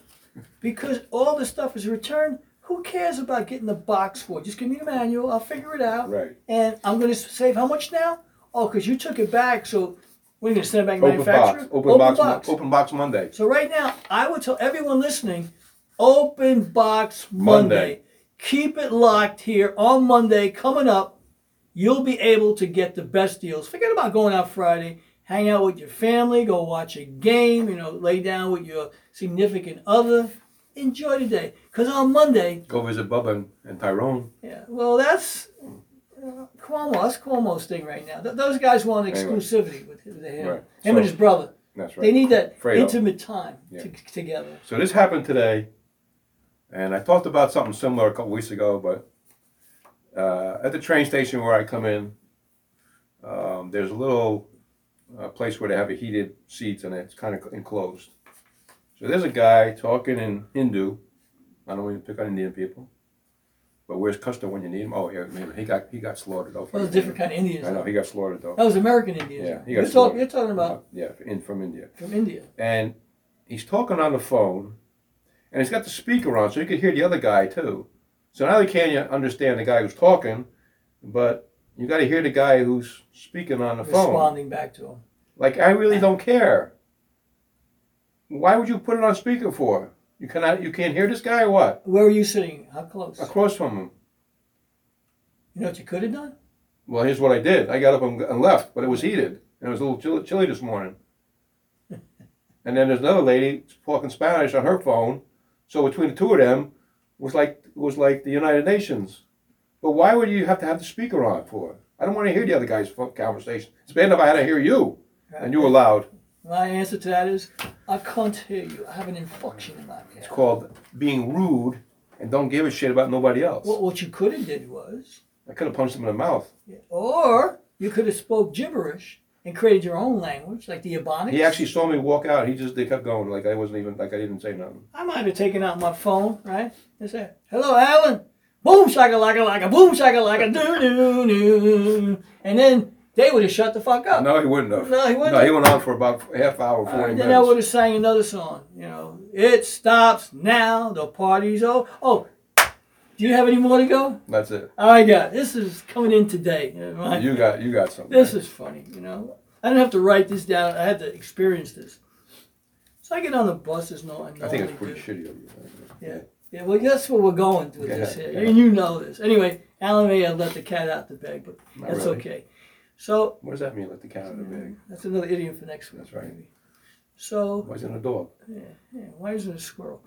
S5: Because all this stuff is returned. Who cares about getting the box for? it? Just give me the manual. I'll figure it out.
S9: Right.
S5: And I'm going to save how much now? Oh, because you took it back. So we're going to send it back to
S9: Open box.
S5: manufacturer.
S9: Open, box. Mo- Open box Monday.
S5: So right now, I would tell everyone listening, open box Monday.
S9: Monday.
S5: Keep it locked here on Monday coming up. You'll be able to get the best deals. Forget about going out Friday. Hang out with your family, go watch a game, you know, lay down with your significant other. Enjoy the day. Because on Monday,
S9: Go visit Bubba and, and Tyrone.
S5: yeah, well, that's uh, Cuomo, that's Cuomo's thing right now. Th- those guys want exclusivity with with him,
S9: Right.
S5: him and
S9: So-
S5: his brother.
S9: That's right.
S5: They need that
S9: Fredo.
S5: intimate time to, together.
S9: So this happened today, and I talked about something similar a couple weeks ago, but uh, at the train station where I come in, um, there's a little uh, place where they have a heated seats and it's kind of enclosed. So there's a guy talking in Hindu. I don't even pick on Indian people. But where's Custer when you need him? Oh, yeah, maybe he got he got slaughtered. though.
S5: Well, it's different kind of Indians,
S9: I know
S5: though.
S9: he got slaughtered though.
S5: That was American Indians.
S9: Yeah, he got
S5: you're, talk,
S9: slaughtered.
S5: you're talking about
S9: Yeah, in from India.
S5: from India.
S9: And he's talking on the phone, and he's got the speaker on, so you could hear the other guy too. So not only can you understand the guy who's talking, but you got to hear the guy who's speaking on the phone.
S5: Responding back to him.
S9: Like I really don't care. Why would you put it on speaker for? You cannot. You can't hear this guy or what?
S5: Where were you sitting? How close?
S9: Across from him.
S5: You know what you could have done?
S9: Well, here's what I did. I got up and, and left, but it was heated, and it was a little chilly, chilly this morning. and then there's another lady talking Spanish on her phone. So between the two of them, was like was like the United Nations. But why would you have to have the speaker on for? I don't want to hear the other guy's fu- conversation. It's bad enough I had to hear you, and you were loud.
S5: My answer to that is, I can't hear you. I have an inflection in my head.
S9: It's called being rude, and don't give a shit about nobody else.
S5: What, what you could have did was,
S9: I could have punched him in the mouth.
S5: or you could have spoke gibberish and created your own language, like the Ebonics.
S9: He actually saw me walk out. He just they kept going like I wasn't even like I didn't say nothing.
S5: I might have taken out my phone, right? And said, hello, Alan. Boom, shaka, laka, laka, boom, shaka, laka, doo, doo, doo. And then they would have shut the fuck up.
S9: No, he wouldn't have.
S5: No, he wouldn't
S9: No, he
S5: have. Uh,
S9: went on for about half hour, forty
S5: And
S9: minutes.
S5: then I would have sang another song, you know. It stops now, the party's over. Oh, do you have any more to go?
S9: That's it.
S5: All right, guys, this is coming in today. you know, right?
S9: You got you got something.
S5: This is funny, you know. I didn't have to write this down. I had to experience this. So I get on the bus. There's no.
S9: I think it's pretty
S5: do.
S9: shitty of you.
S5: Yeah. Yeah. Well, that's what we're going through
S9: Yeah,
S5: this here,
S9: yeah.
S5: and you know this. Anyway, Alan may have let the cat out the bag, but
S9: Not
S5: that's
S9: really.
S5: okay. So
S9: What does that mean? Let the cat out of the bag.
S5: that's another idiom for next week.
S9: That's right.
S5: maybe. So
S9: Why isn't it a dog?
S5: yeah, why isn't it a squirrel?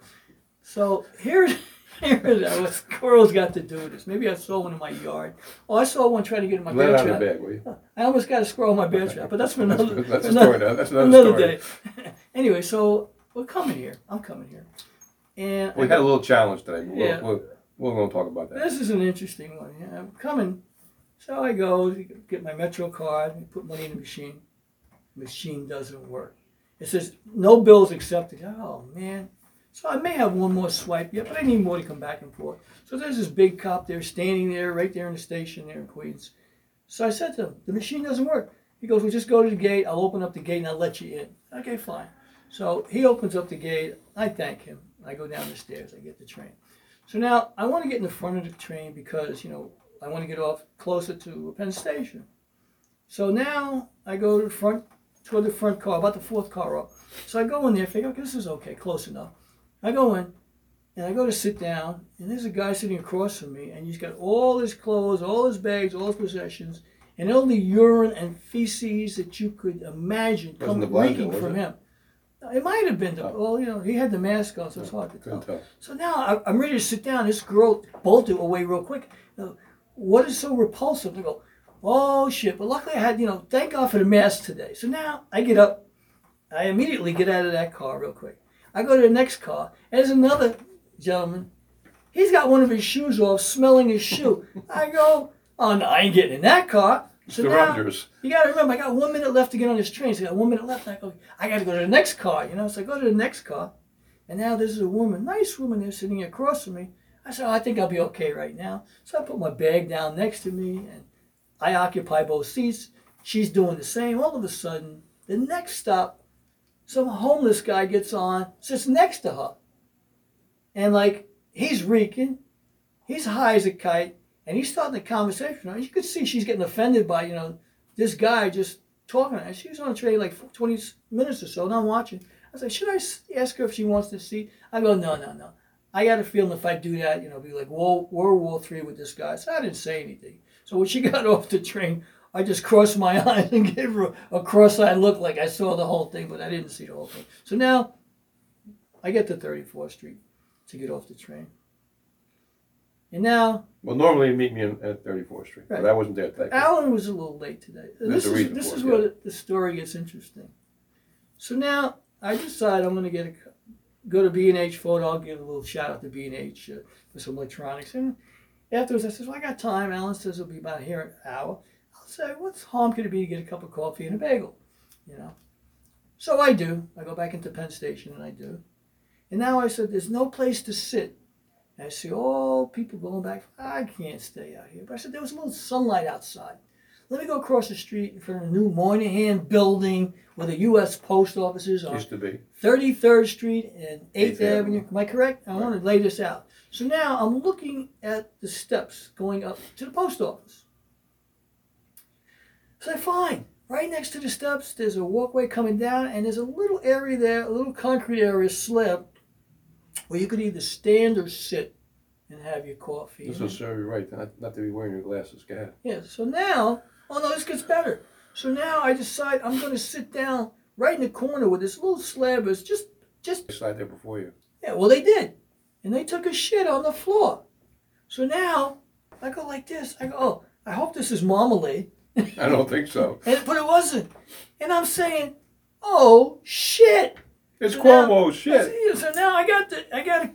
S5: So here's (laughs) here's what squirrels got to do with this. Maybe I saw one in my yard. Oh, I saw one trying to get in my
S9: Let it
S5: bear
S9: out of
S5: trap.
S9: the bag, will you?
S5: I almost got a squirrel in my bear trap, but that's for another.
S9: (laughs) That's a
S5: another-
S9: story. though. That's another,
S5: another
S9: story.
S5: day. (laughs) anyway, so we're coming here. I'm coming here, and
S9: We had a little challenge today. We'll,
S5: Yeah.
S9: we'll, we're going to talk about that.
S5: this is an interesting one. Yeah, I'm coming, so I go to get my Metro card and put money in the machine. Machine doesn't work. It says no bills accepted. Oh man. So I may have one more swipe yet, but I need more to come back and forth. So there's this big cop there standing there, right there in the station there in Queens. So I said to him, the machine doesn't work. He goes, well, just go to the gate. I'll open up the gate and I'll let you in. Okay, fine. So he opens up the gate. I thank him. I go down the stairs. I get the train. So now I want to get in the front of the train because, you know, I want to get off closer to Penn Station. So now I go to the front, toward the front car, about the fourth car up. So I go in there, figure, okay, this is okay, close enough. I go in, and I go to sit down, and there's a guy sitting across from me, and he's got all his clothes, all his bags, all his possessions, and all the urine and feces that you could imagine
S9: Wasn't the
S5: coming
S9: blanket,
S5: reeking
S9: was
S5: from
S9: it? Oh.
S5: him. It might have been the, well, you know, he had the mask on, so it's hard to
S9: Couldn't
S5: tell.
S9: tell.
S5: So now I- I'm ready to sit down. This girl bolted away real quick. You know, What is so repulsive? I go, oh shit. But luckily I had, you know, thank God for the mask today. So now I get up. I immediately get out of that car real quick. I go to the next car. And there's another gentleman. He's got one of his shoes off, smelling his shoe. I go, oh no, I ain't getting in that car. So
S9: The
S5: now-
S9: Rogers.
S5: you gotta remember, I got one minute left to get on this train. So I got one minute left. And I go, I gotta go to the next car, you know. So I go to the next car, and now this is a woman, nice woman there sitting across from me. I said, oh, I think I'll be okay right now. So I put my bag down next to me, and I occupy both seats. She's doing the same. All of a sudden, the next stop, some homeless guy gets on, sits next to her, and like he's reeking, he's high as a kite, and he's starting a conversation. And you could see she's getting offended by you know this guy just talking to her. She was on the train like 20 s- minutes or so, and I'm watching. I was like, should I s- ask her if she wants to see? I go, no, no, no. I got a feeling if I do that, you know, be like World, World War Three with this guy. So I didn't say anything. So when she (laughs) got off the train, I just crossed my (laughs) eyes and gave her a, a cross-eyed look like I saw the whole thing, but I didn't see the whole thing. So now I get to 34th Street to get off the train. And now
S9: Well, normally you meet me in, at 34th Street, but I wasn't there. Thank you.
S5: Alan was a little late today. And
S9: There's
S5: This
S9: a
S5: is,
S9: reason
S5: this
S9: for
S5: is
S9: it,
S5: where
S9: yeah.
S5: the- the story gets interesting. So now I decide I'm going to get a co- go to B and H photo. I'll give a little shout out to B and H uh, for some electronics. And afterwards, I says, "Well, I got time." Alan says it'll be about here an hour. I'll say, "What's harm going to be to get a cup of coffee and a bagel?" You know. So I do. I go back into Penn Station and I do. And now I said, "There's no place to sit." And I see all people going back. I can't stay out here. But I said there was a little sunlight outside. Let me go across the street in front of the new Moynihan building where the U.S. Post Office is on
S9: Used to be.
S5: 33rd Street and 8th
S9: Avenue.
S5: Avenue. Am I correct? I want to lay this out. So now I'm looking at the steps going up to the post office. So I find right next to the steps, there's a walkway coming down, and there's a little area there, a little concrete area slab where you could either stand or sit and have your coffee.
S9: This will serve you right, not, not to be wearing your glasses. Go ahead.
S5: Yeah, so now, oh no, this gets better. So now I decide I'm going to sit down right in the corner where this little slab is just, just
S9: I sat there before
S5: (laughs)
S9: you.
S5: yeah, well, they did. And they took a shit on the floor. So now I go like this. I go, oh, I hope this is marmalade.
S9: I don't think so.
S5: And, but it wasn't. And I'm saying, oh, shit.
S9: It's
S5: now-
S9: Cuomo shit.
S5: So, so now I got to, I got to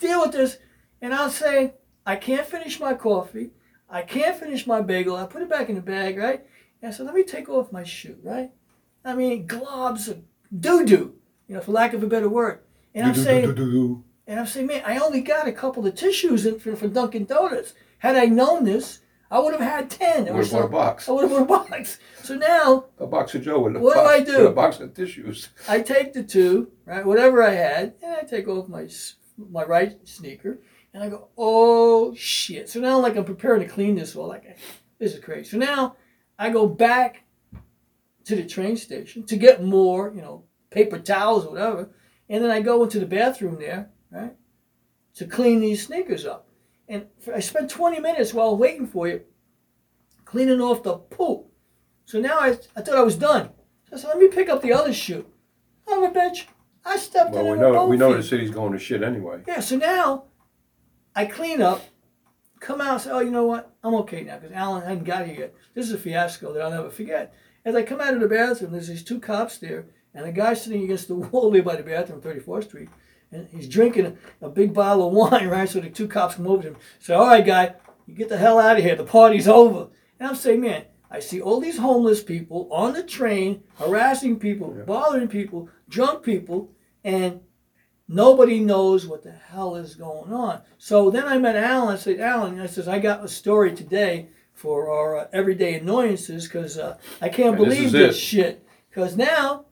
S5: deal with this. And I'll say, I can't finish my coffee. I can't finish my bagel. I put it back in the bag, right? And so let me take off my shoe, right? I mean, globs of doo doo, you know, for lack of a better word. And I'm saying, and I'm saying, man, I only got a couple of tissues in, for, for Dunkin' Donuts. Had I known this, I would have had 10. I
S9: would've bought a box.
S5: I would have bought a box. So now
S9: A box of Joe with a
S5: What do
S9: box,
S5: I do?
S9: With a box of tissues.
S5: I take the two, right, whatever I had, and I take off my s- my right sneaker, and I go, oh shit! So now, like, I'm preparing to clean this all. Like, this is crazy. So now, I go back to the train station to get more, you know, paper towels or whatever, and then I go into the bathroom there, right, to clean these sneakers up. And f- I spent 20 minutes while waiting for you, cleaning off the poop. So now I, I thought I was done. So I said, let me pick up the other shoe. I'm a bitch. I stepped
S9: Well,
S5: in
S9: we
S5: with
S9: know
S5: both
S9: we know
S5: feet.
S9: the city's going to shit anyway.
S5: Yeah, so now I clean up, come out, say, oh, you know what? I'm okay now because Alan hadn't got here yet. This is a fiasco that I'll never forget. As I come out of the bathroom, there's these two cops there, and a guy sitting against the (laughs) wall there by the bathroom, 34th Street, and he's drinking a, a big bottle of wine, (laughs) right? So the two cops come over to him, say, all right, guy, you get the hell out of here. The party's over. And I'm saying, man, I see all these homeless people on the train, harassing people, bothering people, drunk people, and Nobody knows what the hell is going on. So then I met Alan. I said, Alan, I says, I got a story today for our uh, everyday annoyances because uh, I can't
S9: And this
S5: believe
S9: is
S5: this
S9: it.
S5: shit. Because now,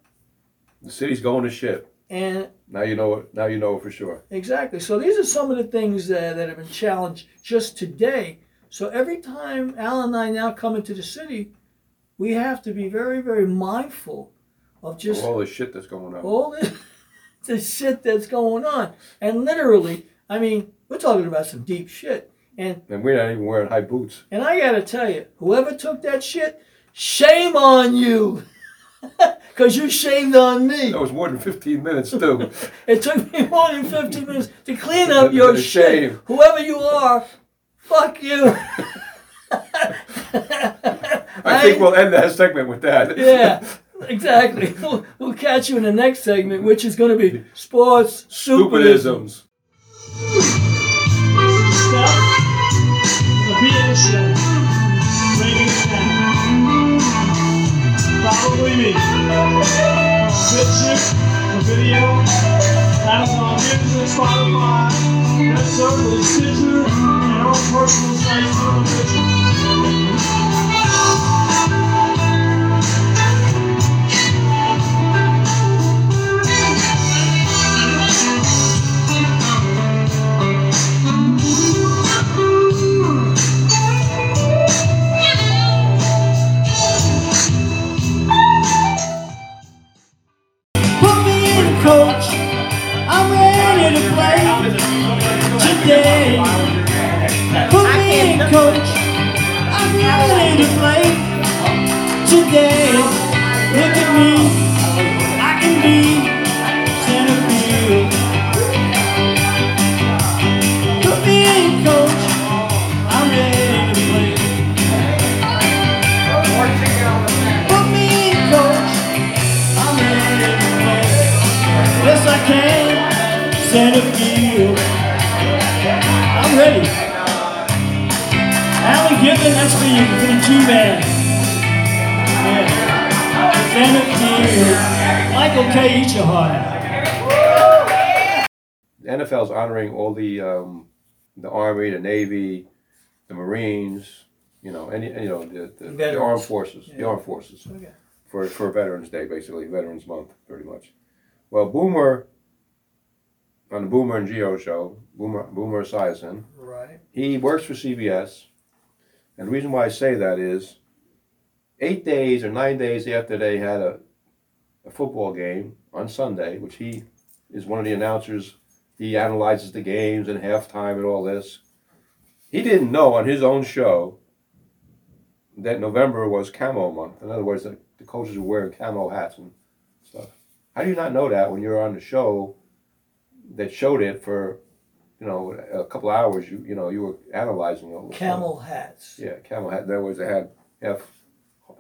S9: The city's going to shit.
S5: and
S9: Now you know it. Now you know it for sure.
S5: exactly. So these are some of the things that, that have been challenged just today. So every time Alan and I now come into the city, we have to be very, very mindful of just
S9: All the shit that's going on.
S5: all this, (laughs) the shit that's going on. And literally, I mean, we're talking about some deep shit. And
S9: And we're not even wearing high boots.
S5: and I gotta tell you, whoever took that shit, shame on you. (laughs) Cause you shamed on me.
S9: That was more than 15
S5: (laughs)
S9: minutes too.
S5: It took me more than 15 minutes to clean up your
S9: To
S5: shit.
S9: shave.
S5: Whoever you are, fuck
S9: (laughs)
S5: you. (laughs)
S9: I think we'll end that segment with that.
S5: Yeah, exactly. (laughs) We'll, we'll catch you in the next segment, which is gonna be sports stupidism.
S9: (laughs) Stupidisms.
S11: Probably me. Picture, the video, Amazon Music, Spotify, Red Circle, Stitcher, and our personal sites on the picture.
S12: Put me in a coach. I'm ready to play today. Put me in a coach. I'm ready to play today. Look at me. I can be center field. Put me in a coach. I'm
S5: G-Man. Yeah. Defendant Michael K. Ichihara.
S9: The NFL's honoring all the um, the Army, the Navy, the Marines, you know, any you know the, the, the armed
S5: Veterans.
S9: forces, the
S5: Yeah.
S9: armed forces,
S5: Okay.
S9: for for Veterans Day, basically Veterans Month, pretty much. Well, Boomer on the Boomer and Geo show, Boomer Boomer Esiason,
S5: Right.
S9: he works for CBS, and the reason why I say that is, eight days or nine days after they had a a football game on Sunday, which he is one of the announcers. He analyzes the games and halftime and all this. He didn't know on his own show that November was camo month. In other words, the, the coaches were wearing camo hats and stuff. How do you not know that when you're on the show that showed it for, you know, a couple hours? You you know you were analyzing all this.
S5: Camel hats.
S9: Yeah, camel hat. There was a hat half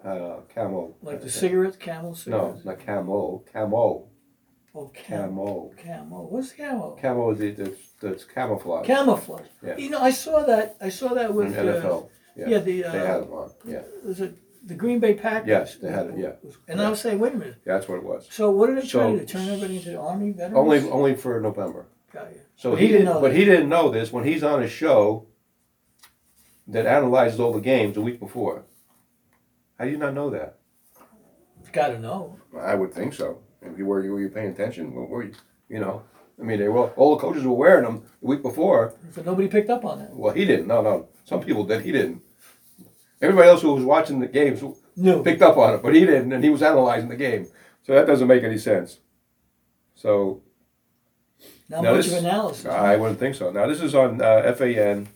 S9: uh, camel.
S5: Like the cigarette, camel
S9: No,
S5: cigarettes?
S9: not camo. Camo.
S5: Oh, cam-
S9: Camo.
S5: camo. What's camo?
S9: Camo is the, the, the it's camouflage.
S5: Camouflage.
S9: Yeah.
S5: You know, I saw that, I saw that
S9: In
S5: with. uh,
S9: NFL. Yeah.
S5: Yeah, the,
S9: they had
S5: uh,
S9: them on. Yeah.
S5: was it the Green Bay Packers?
S9: Yes, they had it. Yeah.
S5: And I was saying, wait a minute,
S9: Yeah, that's what it was.
S5: so what did they try
S9: So-
S5: to do, turn everybody into the Army veterans?
S9: Only only for November.
S5: Got you.
S9: So
S5: But
S9: he, didn't,
S5: know
S9: but
S5: that.
S9: he didn't know this when he's on a show that analyzes all the games the week before. How do you not know that?
S5: Gotta know.
S9: I would think so. If you were you were paying attention, what were you? You know, I mean, they were all the coaches were wearing them the week before.
S5: But nobody picked up on that.
S9: Well, he didn't. No, no. Some people did. He didn't. Everybody else who was watching the games
S5: No.
S9: picked up on it, but he didn't, and he was analyzing the game. So that doesn't make any sense. So
S5: Not
S9: now
S5: much
S9: this-
S5: of analysis.
S9: I wouldn't think so. Now this is on uh, FAN.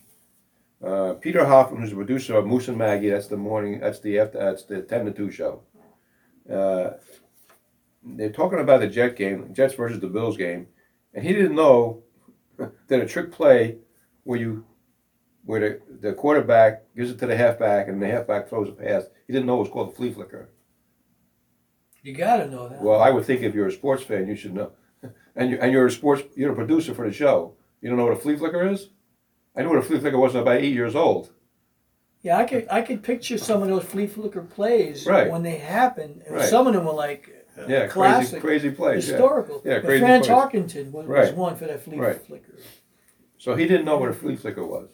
S9: Uh, Peter Hoffman, who's the producer of Moose and Maggie, that's the morning, that's the after, that's the ten to two show. Uh, they're talking about the Jet game, Jets versus the Bills game, and he didn't know (laughs) that a trick play where you where the, the quarterback gives it to the halfback and the halfback throws a pass. He didn't know it was called a flea flicker.
S5: You gotta know that.
S9: Well, I would think if you're a sports fan, you should know. (laughs) And you and you're a sports you're a producer for the show. You don't know what a flea flicker is? I knew what a flea flicker was when I was about eight years old.
S5: Yeah, I could, I could picture some of those flea flicker plays
S9: Right.
S5: when they happened, and
S9: Right.
S5: some of them were like uh,
S9: Yeah, crazy
S5: classic,
S9: crazy plays. yeah.
S5: historical.
S9: Yeah,
S5: But
S9: crazy
S5: Fran
S9: plays.
S5: Tarkenton was, was
S9: Right.
S5: one for that flea
S9: Right.
S5: flicker.
S9: So he didn't know what a flea flicker was.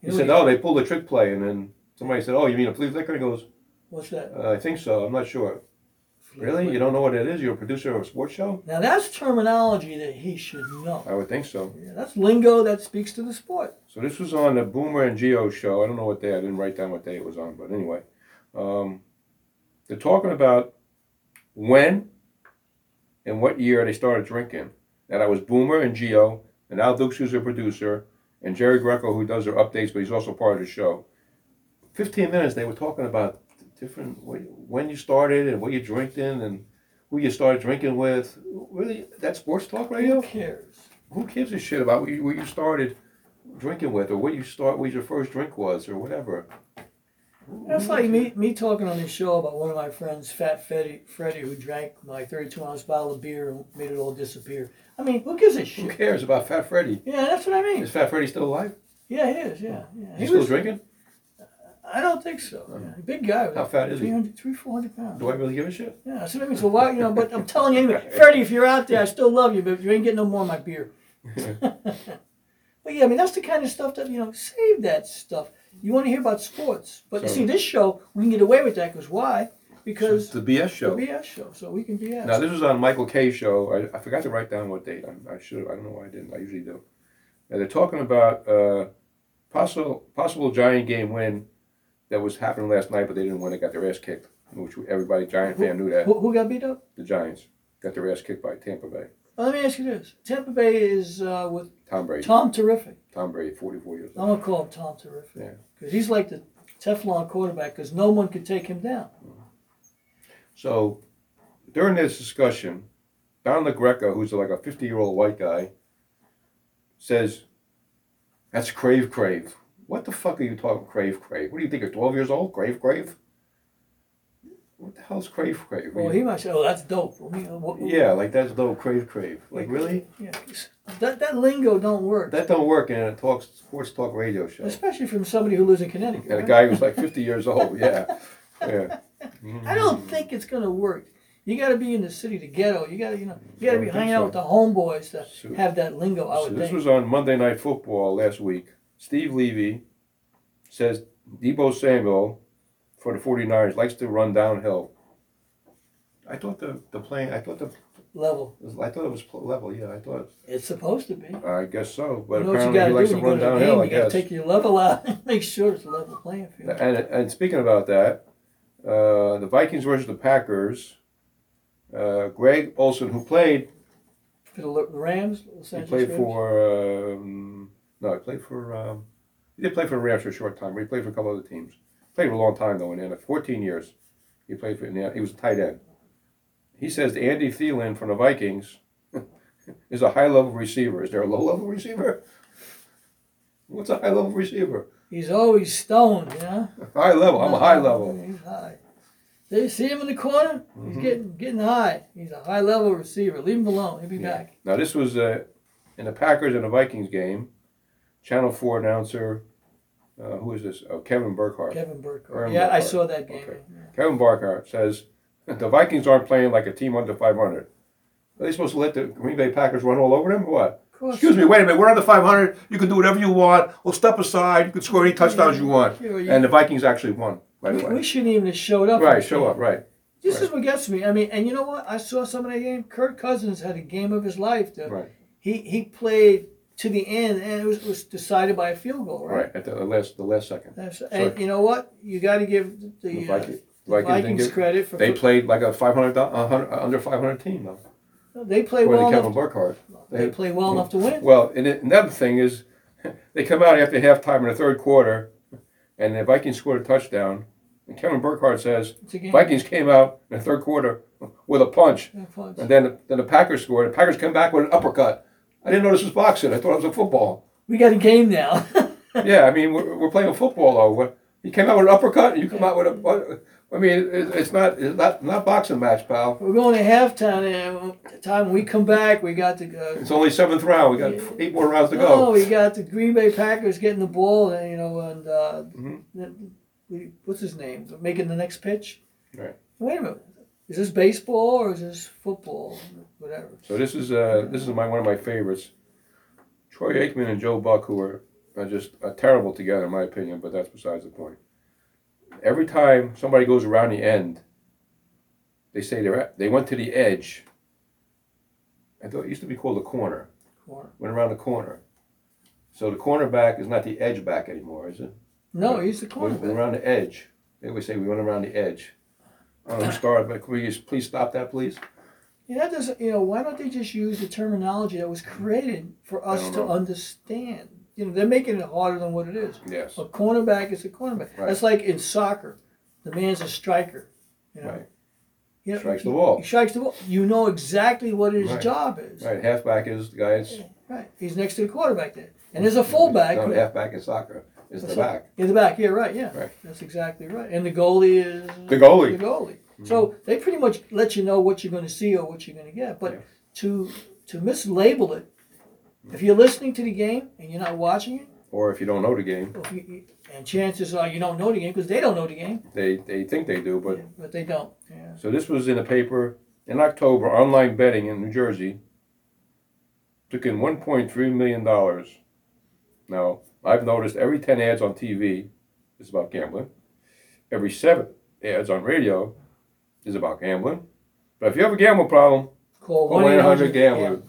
S9: He
S5: You know
S9: said,
S5: what
S9: "Oh, they pulled a trick play," and then somebody said, "Oh, you mean a flea flicker?" He goes,
S5: What's that?
S9: uh, "I think so. I'm not sure." Really? You don't know what it is? You're a producer of a sports show?
S5: Now that's terminology that he should know.
S9: I would think so.
S5: Yeah, that's lingo that speaks to the sport.
S9: So this was on the Boomer and Geo show. I don't know what day. I didn't write down what day it was on, but anyway, um, they're talking about when and what year they started drinking. That I was Boomer and Geo, and Al Dukes, who's a producer, and Jerry Greco, who does their updates, but he's also part of the show. Fifteen minutes. They were talking about different when you started and what you drinking and who you started drinking with. Really, that sports talk radio?
S5: Who cares?
S9: who gives a shit about what you, what you started drinking with or what you start what your first drink was or whatever
S5: That's like me, me talking on this show about one of my friends, Fat Freddy, Freddy, who drank my 32 ounce bottle of beer and made it all disappear. I mean, who gives a
S9: who
S5: shit?
S9: cares about fat freddy
S5: Yeah, that's what I mean.
S9: is fat freddy still alive
S5: Yeah, he is. Yeah, yeah.
S9: is
S5: He
S9: he still
S5: was.
S9: drinking
S5: I don't think so. Yeah. Big guy.
S9: How fat is he?
S5: 300, 300, 400 pounds.
S9: do i really give a shit
S5: Yeah, so that means a lot, you know. But
S9: (laughs)
S5: I'm telling you anyway, Freddie, if you're out there, I still love you, but you ain't getting no more of my
S9: (laughs)
S5: beer. (laughs) but yeah, I mean that's the kind of stuff that you know. Save that stuff. You want to hear about sports, but you
S9: So-
S5: see, this show we can get away with that because why? Because
S9: the bs
S5: the
S9: show
S5: BS show, so we can BS.
S9: now this was on michael k's show i, I forgot to write down what date i, I should have i don't know why i didn't i usually do and they're talking about uh possible possible giant game win that was happening last night but they didn't win they got their ass kicked which everybody giant fan knew that
S5: who, who got beat up?
S9: the giants got their ass kicked by tampa bay
S5: Well, let me ask you this: Tampa Bay is uh, with
S9: tom brady
S5: Tom Oh. Terrific.
S9: Tom Brady, 44 years
S5: I'm
S9: old.
S5: gonna call him Tom Terrific
S9: Yeah.
S5: because he's like the Teflon quarterback because no one could take him down.
S9: So during this discussion, Don LaGreca, who's like a 50 year old white guy, says, That's Crave Crave. What the fuck are you talking Crave Crave? What do you think, you're 12 years old? Crave Crave? What the hell's crave crave?
S5: Well, he might say, "Oh, that's dope." I mean, what-
S9: Yeah, like that's dope. Crave crave.
S5: (laughs)
S9: Like really?
S5: Yeah. That that lingo don't work,
S9: That don't work in a talk sports talk radio show.
S5: especially from somebody who lives in Connecticut.
S9: And a
S5: right?
S9: guy who's like 50 years old. Yeah. Yeah.
S5: I don't think it's gonna work. You got to be in the city, the ghetto. You got to, you know, you got to
S9: I
S5: be
S9: think
S5: hanging
S9: so.
S5: out with the homeboys to
S9: Sure.
S5: have that lingo. I
S9: So
S5: would
S9: this
S5: think.
S9: was on Monday Night Football last week. Steve Levy says Debo Samuel for the 49ers likes to run downhill. I thought the, the playing, I thought the
S5: level,
S9: I thought it was pl- level. Yeah, I thought.
S5: It's supposed to be.
S9: I guess so, but
S5: you know what you
S9: apparently
S5: got
S9: he
S5: to do when
S9: likes to
S5: you go
S9: run
S5: to a game?
S9: downhill. I
S5: You got to
S9: guess.
S5: take your level out and (laughs) make sure it's a level playing field.
S9: And, and speaking about that, uh, the Vikings versus the Packers. Uh, Greg Olson, who played,
S5: For the Lo- the Rams, Los
S9: he
S5: Angeles
S9: played
S5: Rams.
S9: for um, no, he played for um, he did play for the Rams for a short time. But he played for a couple other teams. Played for a long time though, in the NFL, fourteen years. He played for in the, he was a tight end. He says Andy Thielen from the Vikings (laughs) is a high level receiver. Is there a low level receiver? What's a high level receiver?
S5: He's always stoned, you know.
S9: (laughs) High level. I'm a high level. Mm-hmm.
S5: He's high. They see him in the corner. He's getting getting high. He's a high level receiver. Leave him alone. He'll be back.
S9: Now this was uh, in the Packers and the Vikings game. Channel Four announcer, uh, who is this? Oh, Kevin Burkhardt.
S5: Kevin Burkhardt. Yeah, I saw that game.
S9: Kevin Burkhardt says (laughs) the Vikings aren't playing like a team under 500. Are they supposed to let the Green Bay Packers run all over them? or What?
S5: course.
S9: Excuse me. Wait a minute. We're under 500. You can do whatever you want. Well, step aside. You can score any touchdowns you want.
S5: Yeah, you-
S9: And the Vikings actually won. By the
S5: We, we
S9: way.
S5: shouldn't even have showed up.
S9: Right. Show up. Right.
S5: This is what gets me. I mean, and you know what? I saw some of that game. Kirk Cousins had a game of his life. Though.
S9: Right.
S5: He he played to the end, and it was, it was decided by a field goal, right?
S9: Right. At the last the last second.
S5: That's,
S9: Sorry.
S5: and you know what? You got to give the,
S9: The
S5: uh,
S9: Viking-
S5: the
S9: Vikings didn't
S5: Vikings
S9: get-
S5: credit for
S9: They played like a 500, do- a hundred- a under 500 team though.
S5: they play
S9: according
S5: well
S9: to Kevin
S5: enough.
S9: Burkhardt.
S5: They play well enough to win.
S9: Well, and it- another thing is, (laughs) they come out after halftime in the third quarter, and the Vikings scored a touchdown. And Kevin Burkhardt says
S5: It's a game.
S9: Vikings came out in the third quarter with a punch,
S5: A punch.
S9: and then then the Packers scored. The Packers come back with an uppercut. I didn't know this was boxing. I thought it was a football.
S5: We got a game now. (laughs)
S9: yeah, I mean we're, we're playing football though. What- He came out with an uppercut, and you come out with a. what- I mean, it- it's not it's not not boxing match, pal.
S5: We're going to halftime, and the time we come back, we got the. Uh,
S9: It's only seventh round. We got eight more rounds to go.
S5: No, we got the Green Bay Packers getting the ball, and you know, and uh, the- we, what's his name making the next pitch?
S9: Right.
S5: Wait a minute, is this baseball or is this football? Whatever.
S9: So this is uh, this is my one of my favorites. Troy Aikman and Joe Buck, who are, are just are terrible together, in my opinion, but that's besides the point. Every time somebody goes around the end, they say they're at, they went to the edge. I thought it used to be called the corner.
S5: Corner.
S9: Went around the corner. So the cornerback is not the edge back anymore, is it?
S5: No, he's the
S9: We went
S5: cornerback.
S9: around the edge. They always say we went around the edge. I don't know who started, but could we just please stop that, please?
S5: Yeah, that doesn't. You know, why don't they just use the terminology that was created for us
S9: don't
S5: to
S9: know.
S5: understand? You know, they're making it harder than what it is.
S9: Yes.
S5: A cornerback is a cornerback.
S9: Right.
S5: That's like in soccer, the man's a striker. You know,
S9: Right.
S5: you know,
S9: Strikes
S5: he-
S9: the ball.
S5: He strikes the ball. You know exactly what his
S9: Right.
S5: job is.
S9: Right, halfback is the guy that's
S5: Right. He's next to the quarterback there. And there's a fullback.
S9: No,
S5: who-
S9: the halfback in soccer is the
S5: that's
S9: back.
S5: In the back, yeah, right, yeah.
S9: Right.
S5: That's exactly right. And the goalie is
S9: The goalie.
S5: The goalie.
S9: Mm-hmm.
S5: So they pretty much let you know what you're gonna see or what you're gonna get. But to to mislabel it, if you're listening to the game and you're not watching it,
S9: Or if you don't know the game,
S5: or if you- you, and chances are you don't know the game because they don't know the game,
S9: they, they think they do. But
S5: but they don't. Yeah.
S9: so this was in a paper in October. Online betting in New Jersey took in 1.3 million dollars. Now I've noticed every 10 ads on TV is about gambling. Every seven ads on radio is about gambling. But if you have a gamble problem,
S5: Call
S9: call 1-800
S5: yeah.
S9: gambler.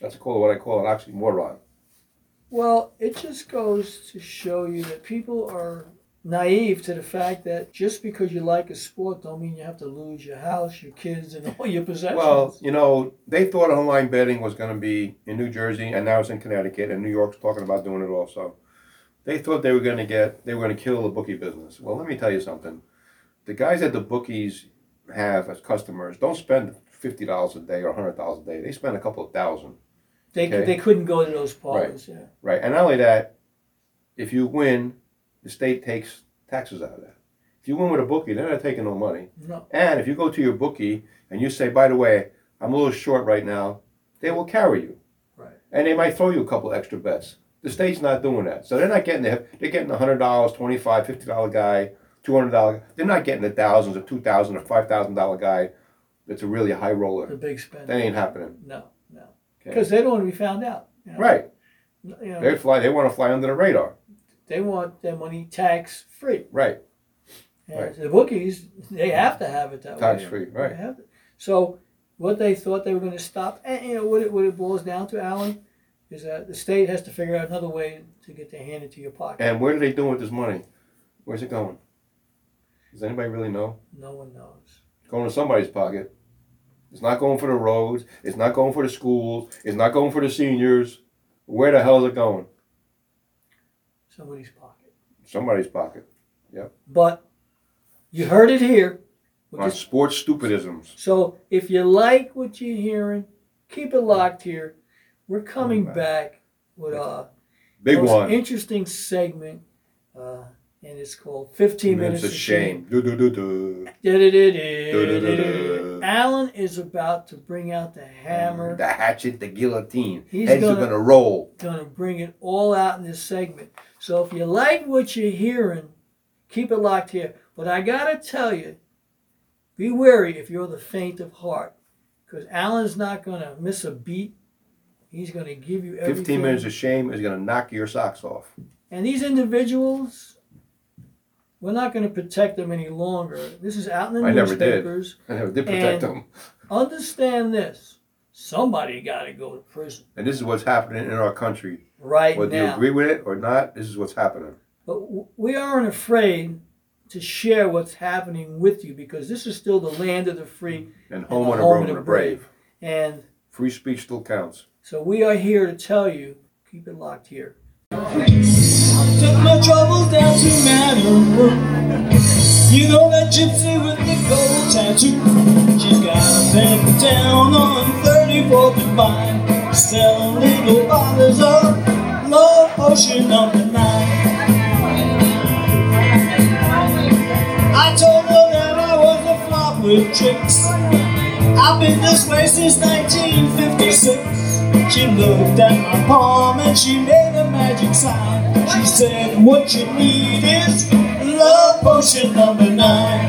S9: That's called what I call an oxymoron.
S5: Well, it just goes to show you that people are naive to the fact that just because you like a sport don't mean you have to lose your house, your kids, and (laughs) all your possessions.
S9: Well, you know, they thought online betting was going to be in New Jersey, and now it's in Connecticut, and New York's talking about doing it also. They thought they were going to get, they were going to kill the bookie business. Well, let me tell you something. The guys that the bookies have as customers don't spend fifty dollars a day or hundred dollars a day. They spend a couple of thousand,
S5: they,
S9: okay.
S5: they couldn't go to those parties. Yeah.
S9: right? And not only that, if you win, the state takes taxes out of that. If you win with a bookie, they're not taking no money.
S5: No.
S9: And if you go to your bookie and you say, by the way, I'm a little short right now, they will carry you.
S5: Right.
S9: And they might throw you a couple extra bets. The state's not doing that. So they're not getting the they're getting the hundred dollars, twenty five, fifty dollar guy, two hundred dollar they're not getting the thousands or two thousand or five thousand dollar guy that's a really high roller.
S5: The big spender.
S9: That ain't happening.
S5: No, no.
S9: Okay.
S5: Because they don't want to be found out. you know.
S9: Right.
S5: You know,
S9: They
S5: they
S9: fly they want to fly under the radar.
S5: want their money tax free.
S9: Right.
S5: And
S9: Right.
S5: The bookies, they have to have it that way.
S9: Tax-free, right.
S5: They have it. So what they thought they were going to stop, and you know what it, what it boils down to, Alan, is that the state has to figure out another way to get their hand into your pocket.
S9: And what are they doing with this money? Where's it going? Does anybody really know?
S5: no one knows.
S9: It's going to somebody's pocket. It's not going for the roads. It's not going for the schools. It's not going for the seniors. Where the hell is it going?
S5: Somebody's pocket.
S9: Somebody's pocket.
S5: But you heard it here. We're
S9: On
S5: just-
S9: sports stupidisms.
S5: So if you like what you're hearing, keep it locked here. We're coming back with a
S9: Big one.
S5: interesting segment, uh, and it's called 15 minutes,
S9: It's a shame. Do do do do.
S5: Da-da-da-da-da-da. Alan is about to bring out the hammer.
S9: The hatchet, the guillotine.
S5: He's
S9: Heads are
S5: gonna-
S9: going to roll.
S5: Gonna bring it all out in this segment. So if you like what you're hearing, keep it locked here. But I gotta tell you, be wary if you're the faint of heart, because Alan's not gonna miss a beat. He's gonna give you everything.
S9: 15 minutes of shame is going to knock your socks off.
S5: And these individuals, we're not going to protect them any longer. This is out in the
S9: I never did.
S5: newspapers.
S9: I never did
S5: and
S9: protect them.
S5: Understand this: somebody got to go to prison
S9: And this is what's happening in our country.
S5: right
S9: Whether you
S5: now.
S9: agree with it or not, this is what's happening.
S5: But w- we aren't afraid to share what's happening with you because this is still the land of the free
S9: And
S5: the
S9: Mm-hmm. home on a
S5: home
S9: room
S5: of
S9: and
S5: the
S9: a brave.
S5: and
S9: Free speech still counts.
S5: So we are here to tell you, keep it locked here.
S12: Took my troubles down to Manor. You know that gypsy with the gold tattoo. She's got a bed down on 34th and Vine, selling little bottles of love potion of the night. I told her that I was a flop with tricks. I've been this way since 1956. She looked at my palm and she made a magic sign. She said, What you need is love potion number nine.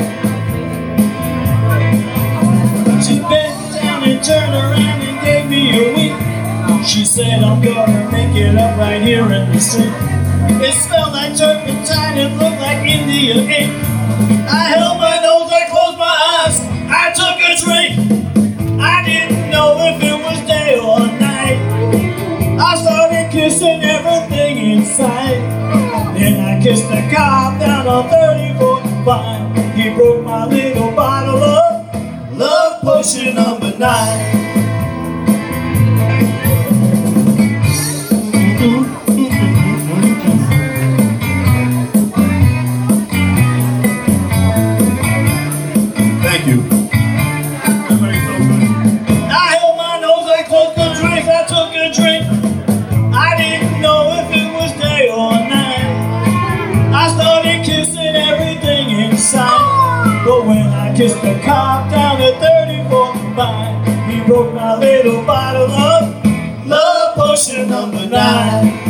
S12: She bent down and turned around and gave me a wink. She said, I'm gonna make it up right here in the sink. It smelled like turpentine, it looked like Indian ink. I held my nose, I closed my eyes, I took a drink. I didn't know if it was day or night. I started kissing everything in sight. Then I kissed the cop down on 34th line. He broke my little bottle of love potion number nine.
S9: Thank you.
S12: I held my nose, I closed the drink, I took a drink. I didn't know if it was day or night. I started kissing everything in sight. But when I kissed the cop down at 34th by, he broke my little bottle of love potion number nine.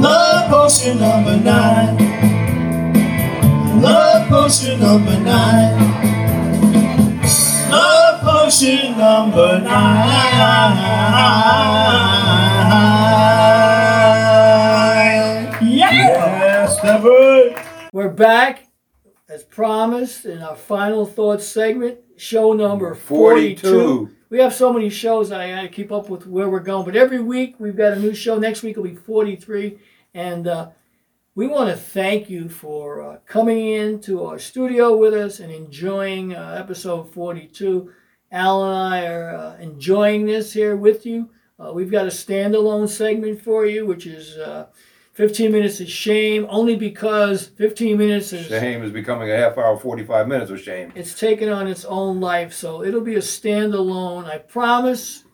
S12: Love potion number nine. Love potion number nine. Love potion number nine. Yes, Stephen.
S5: We're back, as promised, in our final thoughts segment, show number 42.
S9: 42.
S5: We have so many shows I gotta keep up with where we're going, but every week we've got a new show. Next week will be 43, and uh, we want to thank you for uh, coming in to our studio with us and enjoying uh, episode 42. Al and I are uh, enjoying this here with you. Uh, we've got a standalone segment for you, which is uh, 15 minutes of shame, only because 15 minutes is
S9: Shame is becoming a half hour, 45 minutes of shame.
S5: it's taken on its own life, so it'll be a standalone. I promise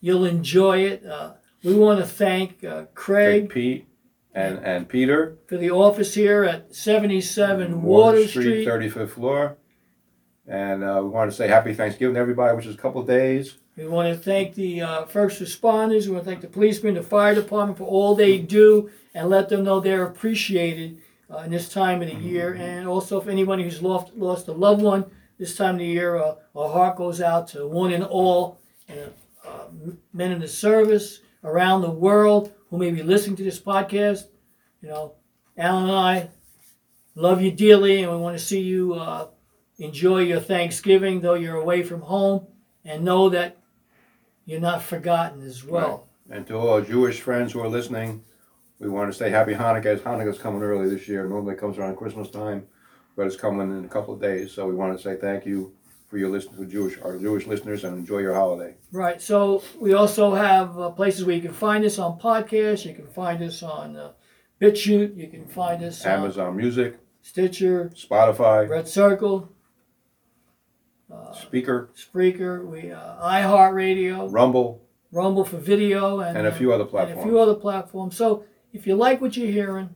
S5: you'll enjoy it. Uh, we want to thank uh,
S9: Thank
S5: Craig
S9: Pete, and, and Peter.
S5: for the office here at 77
S9: Water,
S5: Water
S9: Street,
S5: Street.
S9: 35th floor. And uh, we want to say happy Thanksgiving to everybody, which is a couple of days.
S5: We want to thank the uh, first responders. We want to thank the policemen, the fire department for all they do and let them know they're appreciated uh, in this time of the year. And also, if anyone who's lost, lost a loved one this time of the year, uh, our heart goes out to one and all and, uh, uh, men in the service around the world who may be listening to this podcast. You know, Alan and I love you dearly, and we want to see you uh, enjoy your Thanksgiving, though you're away from home, and know that you're not forgotten as well.
S9: And to all our Jewish friends who are listening, we want to say happy Hanukkah. As Hanukkah's coming early this year. Normally it comes around Christmas time, but it's coming in a couple of days. So we want to say thank you for your listen to Jewish our Jewish listeners and enjoy your holiday.
S5: Right. So we also have uh, places where you can find us on podcasts. You can find us on uh, BitChute. You can find us on
S9: Amazon Music,
S5: Stitcher,
S9: Spotify,
S5: Red Circle,
S9: Speaker,
S5: Spreaker, we uh, iHeartRadio,
S9: Rumble,
S5: Rumble for video, and, uh,
S9: and a few other
S5: and a
S9: platforms.
S5: few other platforms. So if you like what you're hearing,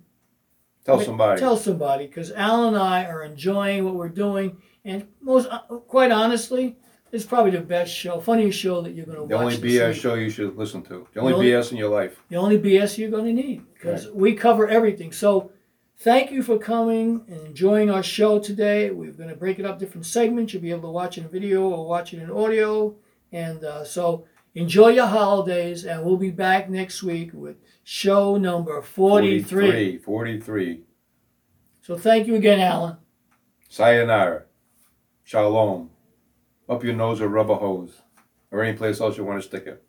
S9: Tell
S5: Ma-
S9: somebody.
S5: Tell somebody, because Al and I are enjoying what we're doing, and most, uh, quite honestly, it's probably the best show, funniest show that you're going to watch.
S9: the only
S5: this
S9: BS
S5: week.
S9: show you should listen to. The only
S5: The only-
S9: BS in your life.
S5: The only BS you're going to need, because we cover everything. So, thank you for coming and enjoying our show today. We're going to break it up different segments. You'll be able to watch it in video or watch it in audio, and uh, so enjoy your holidays. And we'll be back next week with show number 43.
S9: 43. 43.
S5: So, thank you again, Alan.
S9: Sayonara. Shalom. Up your nose or rubber hose. Or any place else you want to stick it.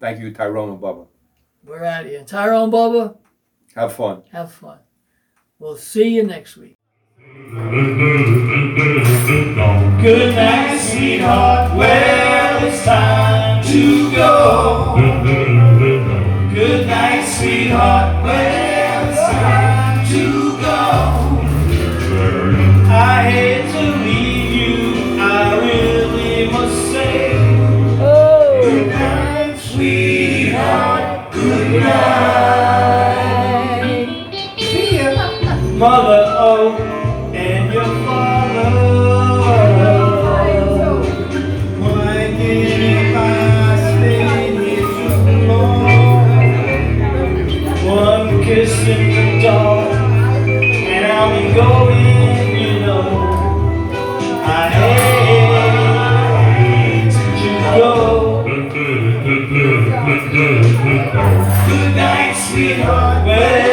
S9: Thank you, Tyrone and Bubba.
S5: We're out of here. Tyrone Bubba,
S9: Have fun.
S5: have fun. We'll see you next week.
S12: Good night, sweetheart. Well, it's time to go. Good night, sweetheart. Well, it's time to go. I hate to leave you. I really must say. Oh. Good night, sweetheart. Good night. See ya. Mother, oh, and your father. Why did I stay here too long? One kiss in the dark, and I'll be going, you know. I hate to go. Good night, sweetheart. Well,